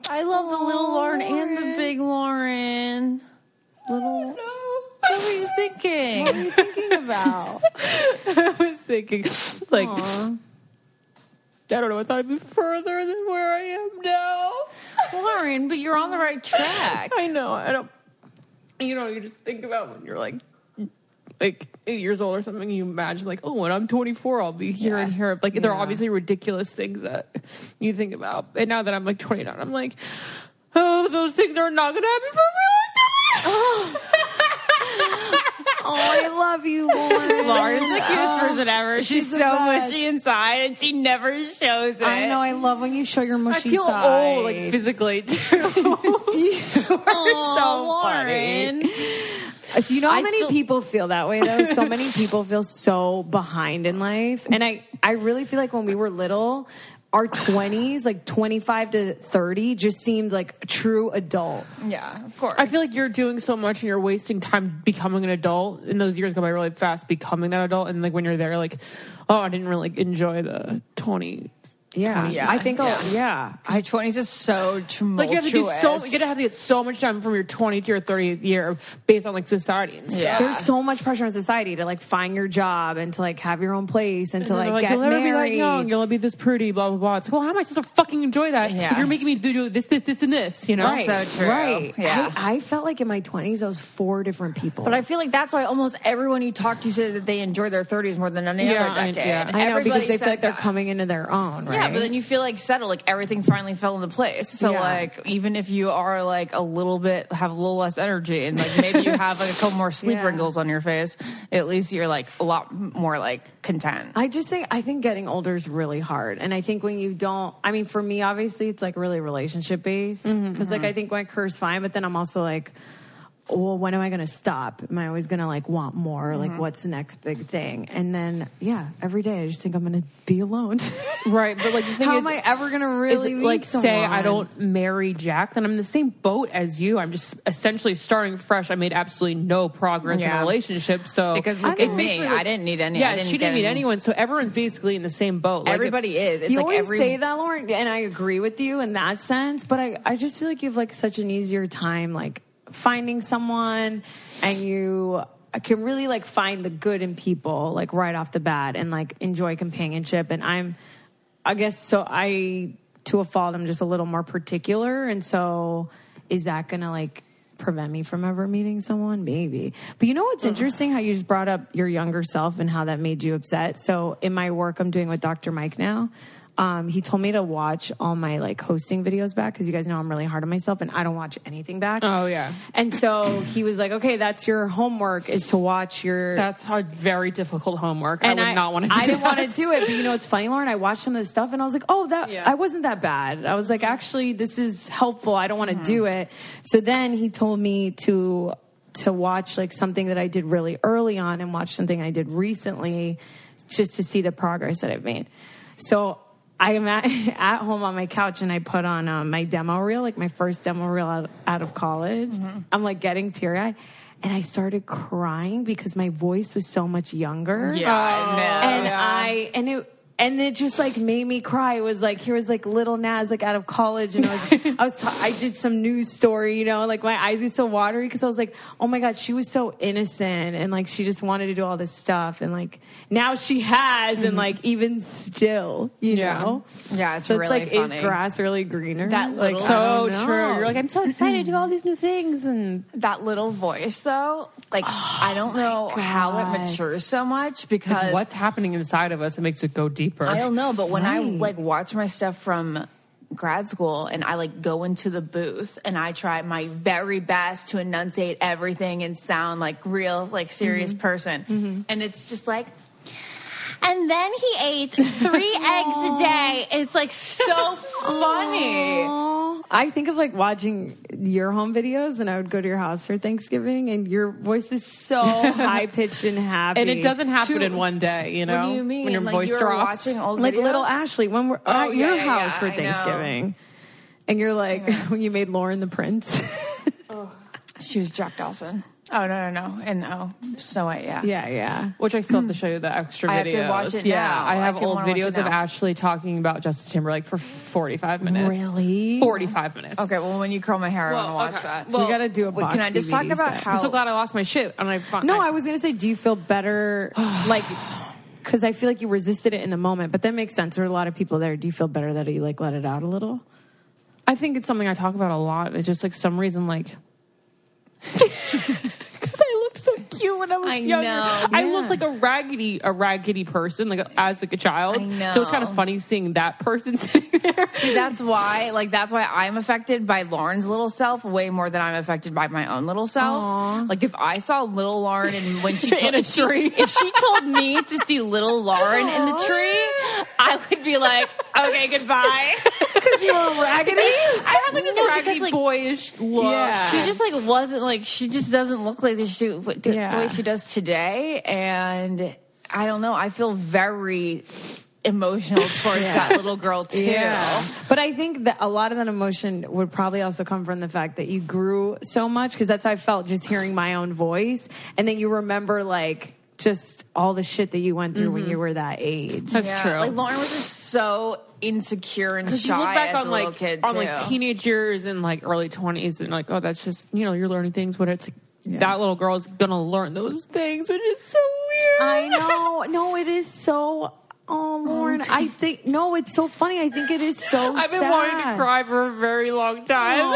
[SPEAKER 6] I love the little Lauren and the big Lauren. Little. [LAUGHS] What were you thinking?
[SPEAKER 1] Thinking about
[SPEAKER 3] [LAUGHS] I was thinking, like, I don't know. I thought I'd be further than where I am now. [LAUGHS]
[SPEAKER 6] Lauren, but you're on the right track.
[SPEAKER 3] I know. I don't. You know, you just think about when you're like, like eight years old or something. You imagine like, oh, when I'm 24, I'll be here and here. Like, they're obviously ridiculous things that you think about. And now that I'm like 29, I'm like, oh, those things are not gonna happen for a really long time.
[SPEAKER 1] Oh, I love you, [LAUGHS] Lauren.
[SPEAKER 6] Lauren's the cutest person ever. She's,
[SPEAKER 1] the
[SPEAKER 6] so
[SPEAKER 1] best.
[SPEAKER 6] mushy inside, and she never shows it.
[SPEAKER 1] I know. I love when you show your
[SPEAKER 3] I
[SPEAKER 1] mushy
[SPEAKER 3] feel
[SPEAKER 1] side.
[SPEAKER 3] old, like physically. Too.
[SPEAKER 1] so Lauren. Uh, So you know how many
[SPEAKER 6] still-
[SPEAKER 1] people feel that way though? so many people feel so behind in life. And I, I really feel like when we were little, our 20s, like 25 to 30, just seemed like a true adult.
[SPEAKER 6] Yeah, of course.
[SPEAKER 3] [LAUGHS] I feel like you're doing so much and you're wasting time becoming an adult. And those years go by really fast becoming that adult. And like when you're there, like, oh, I didn't really enjoy the 20
[SPEAKER 1] Yeah.
[SPEAKER 7] Yeah.
[SPEAKER 1] I think I'll, yeah.
[SPEAKER 8] Your twenties is so tumultuous.
[SPEAKER 3] Like you have to do so. You're gonna have to get so much done from your 20th to your 30th year based on like society and stuff.
[SPEAKER 8] Yeah.
[SPEAKER 1] There's so much pressure on society to like find your job and to like have your own place and to
[SPEAKER 3] And they're
[SPEAKER 1] like, get
[SPEAKER 3] you'll never
[SPEAKER 1] married.
[SPEAKER 3] be that young. You'll never be this pretty. Blah blah blah. It's like, well, how am I supposed to fucking enjoy that? if
[SPEAKER 8] Yeah.
[SPEAKER 3] you're making me do this, this, this, and this. You know.
[SPEAKER 8] Right. So true.
[SPEAKER 1] Right.
[SPEAKER 8] Yeah.
[SPEAKER 1] I, I felt like in my 20s, I was four different people.
[SPEAKER 2] But I feel like that's why almost everyone you talk to says that they enjoy their 30s more than any
[SPEAKER 3] Yeah,
[SPEAKER 2] other
[SPEAKER 3] I-
[SPEAKER 2] decade.
[SPEAKER 3] yeah.
[SPEAKER 1] I know because
[SPEAKER 2] Everybody
[SPEAKER 1] they feel
[SPEAKER 2] says
[SPEAKER 1] like they're
[SPEAKER 2] that.
[SPEAKER 1] coming into their own, right?
[SPEAKER 2] Yeah, but then you feel like settled, like everything finally fell into place. So
[SPEAKER 1] Yeah.
[SPEAKER 2] like even if you are like a little bit have a little less energy and like maybe you have like a couple more sleep
[SPEAKER 1] Yeah.
[SPEAKER 2] wrinkles on your face, at least you're like a lot more like content.
[SPEAKER 1] I just think I think getting older is really hard, and I think when you don't, I mean, for me, obviously, it's like really relationship based because like I think my career's fine, but then I'm also like, well, when am I going to stop? Am I always going to like want more? Like, what's the next big thing? And then yeah, every day I just think I'm going to be alone. [LAUGHS]
[SPEAKER 3] Right, but, like, the thing
[SPEAKER 1] how
[SPEAKER 3] is-
[SPEAKER 1] am I ever going to
[SPEAKER 3] If,
[SPEAKER 1] really meet
[SPEAKER 3] like say I
[SPEAKER 1] someone?
[SPEAKER 3] don't marry Jack, then I'm in the same boat as you. I'm just essentially starting fresh. I made absolutely no progress in
[SPEAKER 2] Yeah.
[SPEAKER 3] a relationship. So
[SPEAKER 2] Because look
[SPEAKER 3] It's
[SPEAKER 2] at me.
[SPEAKER 3] basically
[SPEAKER 2] I didn't need any-
[SPEAKER 3] Yeah,
[SPEAKER 2] I didn't
[SPEAKER 3] she
[SPEAKER 2] get
[SPEAKER 3] didn't need
[SPEAKER 2] any-
[SPEAKER 3] anyone. So everyone's basically in the same boat. Like,
[SPEAKER 2] Everybody is. It's
[SPEAKER 1] you
[SPEAKER 2] like
[SPEAKER 1] always
[SPEAKER 2] every
[SPEAKER 1] say that, Lauren, and I agree with you in that sense. But I, I just feel like you have like such an easier time like finding someone, and you can really like find the good in people like right off the bat, and like enjoy companionship. And I'm, I guess, so I to a fault, I'm just a little more particular, and so is that gonna like prevent me from ever meeting someone maybe but you know what's interesting how you just brought up your younger self and how that made you upset so in my work i'm doing with dr mike now um, he told me to watch all my like hosting videos back because you guys know i'm really hard on myself and i don't watch anything back
[SPEAKER 3] Oh, yeah.
[SPEAKER 1] and so he was like okay that's your homework is to watch your
[SPEAKER 3] that's hard, very difficult homework. I would not want to. Do
[SPEAKER 1] I didn't
[SPEAKER 3] that.
[SPEAKER 1] want to do it, but you know, it's funny, Lauren. I watched some of this stuff, and I was like, "Oh, that I wasn't that bad." I was like, "Actually, this is helpful. I don't want to do
[SPEAKER 3] Mm-hmm.
[SPEAKER 1] it." So then he told me to to watch like something that I did really early on, and watch something I did recently, just to see the progress that I've made. So I am at, [LAUGHS] at home on my couch and I put on um, my demo reel, like my first demo reel out, out of college. I'm like getting teary eyed. And I started crying because my voice was so much younger. Yeah, And I and it and it just like made me cry. It was like here was like little Nas like out of college, and I [LAUGHS] was I was ta- I did some news story, you know, like my eyes get so watery because I was like, oh my god, she was so innocent, and like she just wanted to do all this stuff, and like now she has, and like even still, you
[SPEAKER 3] Yeah.
[SPEAKER 1] know,
[SPEAKER 2] Yeah, it's
[SPEAKER 1] so
[SPEAKER 2] really
[SPEAKER 1] it's like
[SPEAKER 2] funny.
[SPEAKER 1] is grass really greener?
[SPEAKER 2] That
[SPEAKER 1] like
[SPEAKER 2] little-
[SPEAKER 1] I
[SPEAKER 3] So
[SPEAKER 1] don't know.
[SPEAKER 3] true. You're like, I'm so excited to do all these new things, and
[SPEAKER 2] that little voice though. [SIGHS] Like I don't know how it matures so much because
[SPEAKER 3] what's happening inside of us? It makes it go deeper.
[SPEAKER 2] I don't know, but when I like watch my stuff from grad school and I like go into the booth and I try my very best to enunciate everything and sound like real, like serious
[SPEAKER 1] Mm-hmm.
[SPEAKER 2] person. And it's just like and then he ate
[SPEAKER 1] [LAUGHS]
[SPEAKER 2] three eggs a day. It's like so funny.
[SPEAKER 1] Aw. I think of like watching your home videos, and I would go to your house for Thanksgiving, and your voice is so high pitched and happy,
[SPEAKER 3] and it doesn't happen
[SPEAKER 2] To-
[SPEAKER 3] in one day. You know,
[SPEAKER 2] what do you mean?
[SPEAKER 3] when your
[SPEAKER 2] like
[SPEAKER 3] voice
[SPEAKER 2] you're
[SPEAKER 3] drops.
[SPEAKER 2] watching old
[SPEAKER 1] like
[SPEAKER 2] videos?
[SPEAKER 1] little Ashley when we're
[SPEAKER 2] Oh,
[SPEAKER 1] at
[SPEAKER 2] yeah,
[SPEAKER 1] your
[SPEAKER 2] yeah,
[SPEAKER 1] house
[SPEAKER 2] yeah,
[SPEAKER 1] for
[SPEAKER 2] I know.
[SPEAKER 1] Thanksgiving, and you're like when you made Lauren the prince.
[SPEAKER 2] She was Jack Dawson. Oh no no no. And oh so I yeah.
[SPEAKER 1] [LAUGHS] yeah, yeah.
[SPEAKER 3] Which I still
[SPEAKER 2] [CLEARS THROAT]
[SPEAKER 3] have to show you the extra
[SPEAKER 2] I have
[SPEAKER 3] videos.
[SPEAKER 2] to watch it
[SPEAKER 3] yeah,
[SPEAKER 2] now.
[SPEAKER 3] I have
[SPEAKER 2] I keep
[SPEAKER 3] old
[SPEAKER 2] wanna watch it
[SPEAKER 3] videos of
[SPEAKER 2] now.
[SPEAKER 3] Ashley talking about Justin Timberlake for 45 minutes.
[SPEAKER 1] Really?
[SPEAKER 3] 45 minutes.
[SPEAKER 2] Okay, well when you curl my hair I want to watch that.
[SPEAKER 3] Well,
[SPEAKER 1] we gotta do a.
[SPEAKER 2] Wait,
[SPEAKER 1] box
[SPEAKER 2] can I just talk
[SPEAKER 1] DVD
[SPEAKER 2] about
[SPEAKER 1] set.
[SPEAKER 2] how
[SPEAKER 3] I'm so glad I lost my shit. And I found,
[SPEAKER 1] No, I was gonna say, do you
[SPEAKER 3] [SIGHS]
[SPEAKER 1] feel better? like, because I feel like you resisted it in the moment, but that makes sense. There are a lot of people there. Do you feel better that you like let it out a little?
[SPEAKER 3] I think it's something I talk about a lot. It's just like some
[SPEAKER 2] [LAUGHS]
[SPEAKER 3] reason, like. [LAUGHS] Because I looked so cute when I was
[SPEAKER 2] I
[SPEAKER 3] younger.
[SPEAKER 2] know,
[SPEAKER 3] I looked like a raggedy, a raggedy person, like as like a child.
[SPEAKER 2] I
[SPEAKER 3] So it's kind
[SPEAKER 2] know.
[SPEAKER 3] of funny seeing that person [LAUGHS] sitting there.
[SPEAKER 2] See,
[SPEAKER 3] [LAUGHS]
[SPEAKER 2] that's why, like, that's why I'm affected by Lauren's little self way more than I'm affected by my own little self. Like, if I saw little Lauren and when she told
[SPEAKER 3] a
[SPEAKER 2] if she-
[SPEAKER 3] tree.
[SPEAKER 2] if she told me to see little Lauren in the tree, I would be like, okay, goodbye. Because you were raggedy. I have like
[SPEAKER 3] This raggedy boyish look.
[SPEAKER 2] she just like wasn't like she just doesn't look like the, she, what- the- the
[SPEAKER 1] Yeah.
[SPEAKER 2] way she does today and i don't know i feel very emotional towards that little girl too
[SPEAKER 1] But I think that a lot of that emotion would probably also come from the fact that you grew so much because that's how I felt just hearing my own voice. And then you remember like
[SPEAKER 3] Mm-hmm.
[SPEAKER 1] just all the shit that you went through when you were that age.
[SPEAKER 3] That's true.
[SPEAKER 2] Like Lauren was just so insecure and
[SPEAKER 3] Because
[SPEAKER 2] shy
[SPEAKER 3] you look back
[SPEAKER 2] as
[SPEAKER 3] on
[SPEAKER 2] a little
[SPEAKER 3] like
[SPEAKER 2] kid
[SPEAKER 3] on like
[SPEAKER 2] too.
[SPEAKER 3] teenagers and like early twenties and like oh that's just you know you're learning things but it's like that little girl's gonna learn those things which is so weird.
[SPEAKER 9] I know. No, it is so. Oh, Lauren, I think no. It's so funny. I think it is so.
[SPEAKER 3] I've been
[SPEAKER 9] sad.
[SPEAKER 3] wanting to cry for a very long time.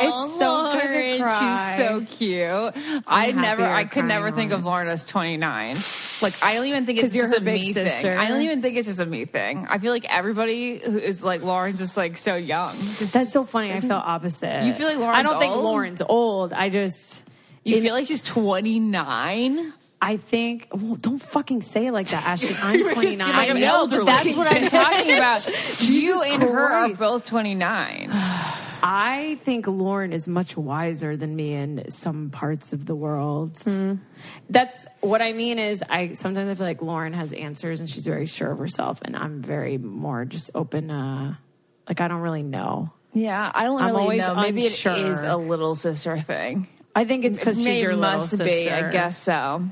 [SPEAKER 2] [LAUGHS]
[SPEAKER 9] It's so good to cry.
[SPEAKER 2] She's so cute. i never,
[SPEAKER 1] you're
[SPEAKER 2] I could
[SPEAKER 1] crying,
[SPEAKER 2] never think of Lauren as 29. Like, I don't even think it's
[SPEAKER 9] 'Cause you're
[SPEAKER 2] just a
[SPEAKER 9] her big
[SPEAKER 2] me
[SPEAKER 9] sister.
[SPEAKER 2] thing. I don't even think it's just a me thing. I feel like everybody who is like Lauren's just like so young. Just,
[SPEAKER 1] That's so funny. I feel opposite.
[SPEAKER 2] You feel like
[SPEAKER 1] I don't
[SPEAKER 2] Lauren's
[SPEAKER 1] think
[SPEAKER 2] old?
[SPEAKER 1] Lauren's old. I just
[SPEAKER 2] you feel like she's 29.
[SPEAKER 1] I think well, don't fucking say it like that,
[SPEAKER 2] [LAUGHS]
[SPEAKER 1] Ashley. I'm 29.
[SPEAKER 3] like
[SPEAKER 2] I
[SPEAKER 3] an
[SPEAKER 2] know,
[SPEAKER 3] elderly
[SPEAKER 2] but that's what I'm talking about. you and her are
[SPEAKER 1] Christ.
[SPEAKER 2] both 29.
[SPEAKER 1] I think Lauren is much wiser than me in some parts of the world.
[SPEAKER 2] Hmm.
[SPEAKER 1] That's what I mean is I sometimes I feel like Lauren has answers and she's very sure of herself and I'm very more just open uh like I don't really know.
[SPEAKER 2] Yeah, I don't
[SPEAKER 1] I'm
[SPEAKER 2] really
[SPEAKER 1] always
[SPEAKER 2] know. Maybe
[SPEAKER 1] unsure.
[SPEAKER 2] it is a little sister thing.
[SPEAKER 1] I think it's because
[SPEAKER 2] Maybe
[SPEAKER 1] she's your little
[SPEAKER 2] must be. I
[SPEAKER 1] sister. Mm.
[SPEAKER 2] guess so.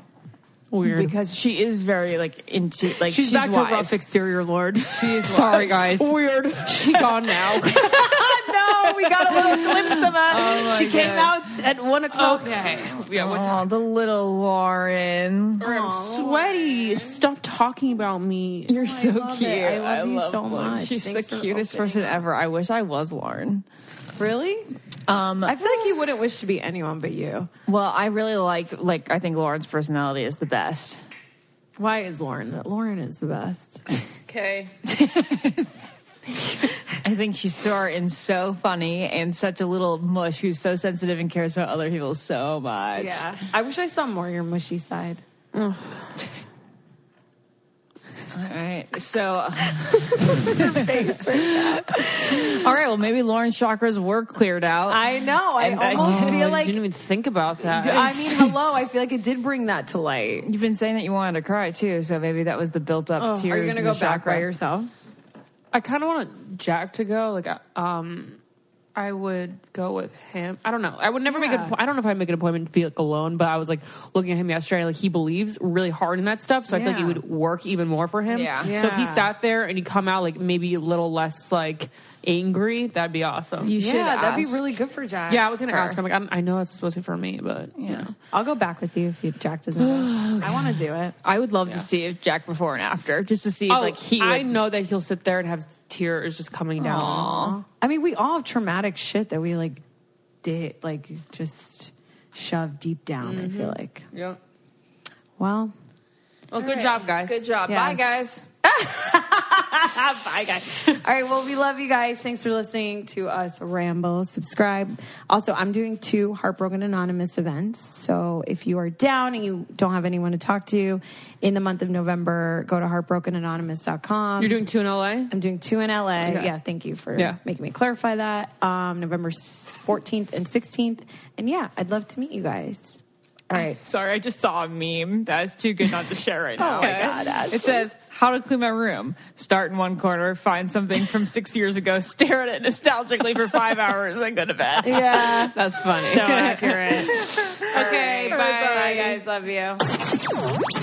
[SPEAKER 3] Weird.
[SPEAKER 2] Because she is very like into like
[SPEAKER 1] She's, back
[SPEAKER 2] wise.
[SPEAKER 1] to rough exterior lord. [LAUGHS]
[SPEAKER 2] She [LAUGHS] is
[SPEAKER 3] Sorry
[SPEAKER 2] wise.
[SPEAKER 3] guys.
[SPEAKER 1] Weird.
[SPEAKER 3] She
[SPEAKER 2] [LAUGHS]
[SPEAKER 3] gone now.
[SPEAKER 1] no, we got a little glimpse of [LAUGHS] her.
[SPEAKER 2] my
[SPEAKER 1] she came
[SPEAKER 2] God.
[SPEAKER 1] out at one o'clock.
[SPEAKER 3] okay. Yeah. What
[SPEAKER 2] Oh, the little Lauren.
[SPEAKER 3] I'm sweaty. Stop talking about me.
[SPEAKER 2] You're so cute.
[SPEAKER 1] I love you so
[SPEAKER 2] Lauren.
[SPEAKER 1] much.
[SPEAKER 2] She's
[SPEAKER 1] Thanks
[SPEAKER 2] the
[SPEAKER 1] for
[SPEAKER 2] cutest
[SPEAKER 1] opening
[SPEAKER 2] person ever. I wish I was Lauren.
[SPEAKER 1] Really?
[SPEAKER 2] Um,
[SPEAKER 1] I feel like you wouldn't wish to be anyone but you.
[SPEAKER 2] well, I really like like I think Lauren's personality is the best.
[SPEAKER 1] Why is Lauren that? Lauren is the best.
[SPEAKER 3] Okay.
[SPEAKER 2] I think she's smart and so funny and such a little mush who's so sensitive and cares about other people so much.
[SPEAKER 1] Yeah. I wish I saw more of your mushy side.
[SPEAKER 2] All right. So. [LAUGHS] uh,
[SPEAKER 1] [LAUGHS]
[SPEAKER 2] All right. Well, maybe Lauren's chakras were cleared out.
[SPEAKER 1] I know. I
[SPEAKER 2] And I-
[SPEAKER 1] almost
[SPEAKER 2] Oh,
[SPEAKER 1] feel
[SPEAKER 3] I
[SPEAKER 1] like.
[SPEAKER 3] didn't even think about
[SPEAKER 2] [LAUGHS]
[SPEAKER 3] that.
[SPEAKER 1] I mean, hello. I feel like it did bring that to light.
[SPEAKER 2] You've been saying that you wanted to cry too, so maybe that was the built-up tears.
[SPEAKER 1] Oh, Are you gonna
[SPEAKER 2] in
[SPEAKER 1] go
[SPEAKER 2] the
[SPEAKER 1] back
[SPEAKER 2] chakra.
[SPEAKER 1] by yourself?
[SPEAKER 3] I kind of want Jack to go. Like, uh, um, I would go with him. I don't know. I would never make
[SPEAKER 1] Yeah.
[SPEAKER 3] an. I don't know if I make an appointment to be like alone. But I was like looking at him yesterday. Like he believes really hard in that stuff. So I feel like it
[SPEAKER 1] Yeah.
[SPEAKER 3] would work even more for him.
[SPEAKER 2] Yeah.
[SPEAKER 3] So if he
[SPEAKER 1] Yeah.
[SPEAKER 3] sat there and he come out like maybe a little less like angry, that'd be awesome.
[SPEAKER 2] You
[SPEAKER 1] yeah,
[SPEAKER 2] should.
[SPEAKER 1] that'd be
[SPEAKER 2] ask.
[SPEAKER 1] really good for Jack.
[SPEAKER 3] yeah, I was gonna ask. I'm like, I, don't- I know it's supposed to be for me, but yeah. you know.
[SPEAKER 1] I'll go back with you if you, Jack
[SPEAKER 3] [SIGHS]
[SPEAKER 1] doesn't. Go. I want to do it.
[SPEAKER 2] I would love to see if Jack before and after, just to see if,
[SPEAKER 3] Oh,
[SPEAKER 2] like he.
[SPEAKER 3] I
[SPEAKER 2] would-
[SPEAKER 3] know that he'll sit there and have tears just coming down.
[SPEAKER 1] I mean, we all have traumatic shit that we like did, like just shove deep down. I
[SPEAKER 3] Mm-hmm.
[SPEAKER 1] feel like.
[SPEAKER 3] Yep.
[SPEAKER 1] Well,
[SPEAKER 3] Well, good job, guys.
[SPEAKER 2] Good job.
[SPEAKER 1] Yes.
[SPEAKER 2] Bye, guys.
[SPEAKER 1] bye guys. All right. Well, we love you guys. Thanks for listening to us ramble. Subscribe. Also, I'm doing two Heartbroken Anonymous events. So if you are down and you don't have anyone to talk to in the month of November, go to heartbrokenanonymous.com.
[SPEAKER 3] You're doing two in LA.
[SPEAKER 1] I'm doing two in LA.
[SPEAKER 3] Okay.
[SPEAKER 1] Yeah, thank you for
[SPEAKER 3] Yeah.
[SPEAKER 1] making me clarify that. Um, November s- 14th and 16th. And yeah, I'd love to meet you guys. All right.
[SPEAKER 2] Sorry, I just saw a meme that's too good not to share right now.
[SPEAKER 1] my God, Ashley.
[SPEAKER 2] It says, "How to clean my room: Start in one corner, find something from six years ago, stare at it nostalgically for
[SPEAKER 1] [LAUGHS]
[SPEAKER 2] five hours, then go to bed."
[SPEAKER 1] Yeah.
[SPEAKER 3] That's funny.
[SPEAKER 1] so accurate.
[SPEAKER 3] okay, bye.
[SPEAKER 1] Bye, guys. Love you.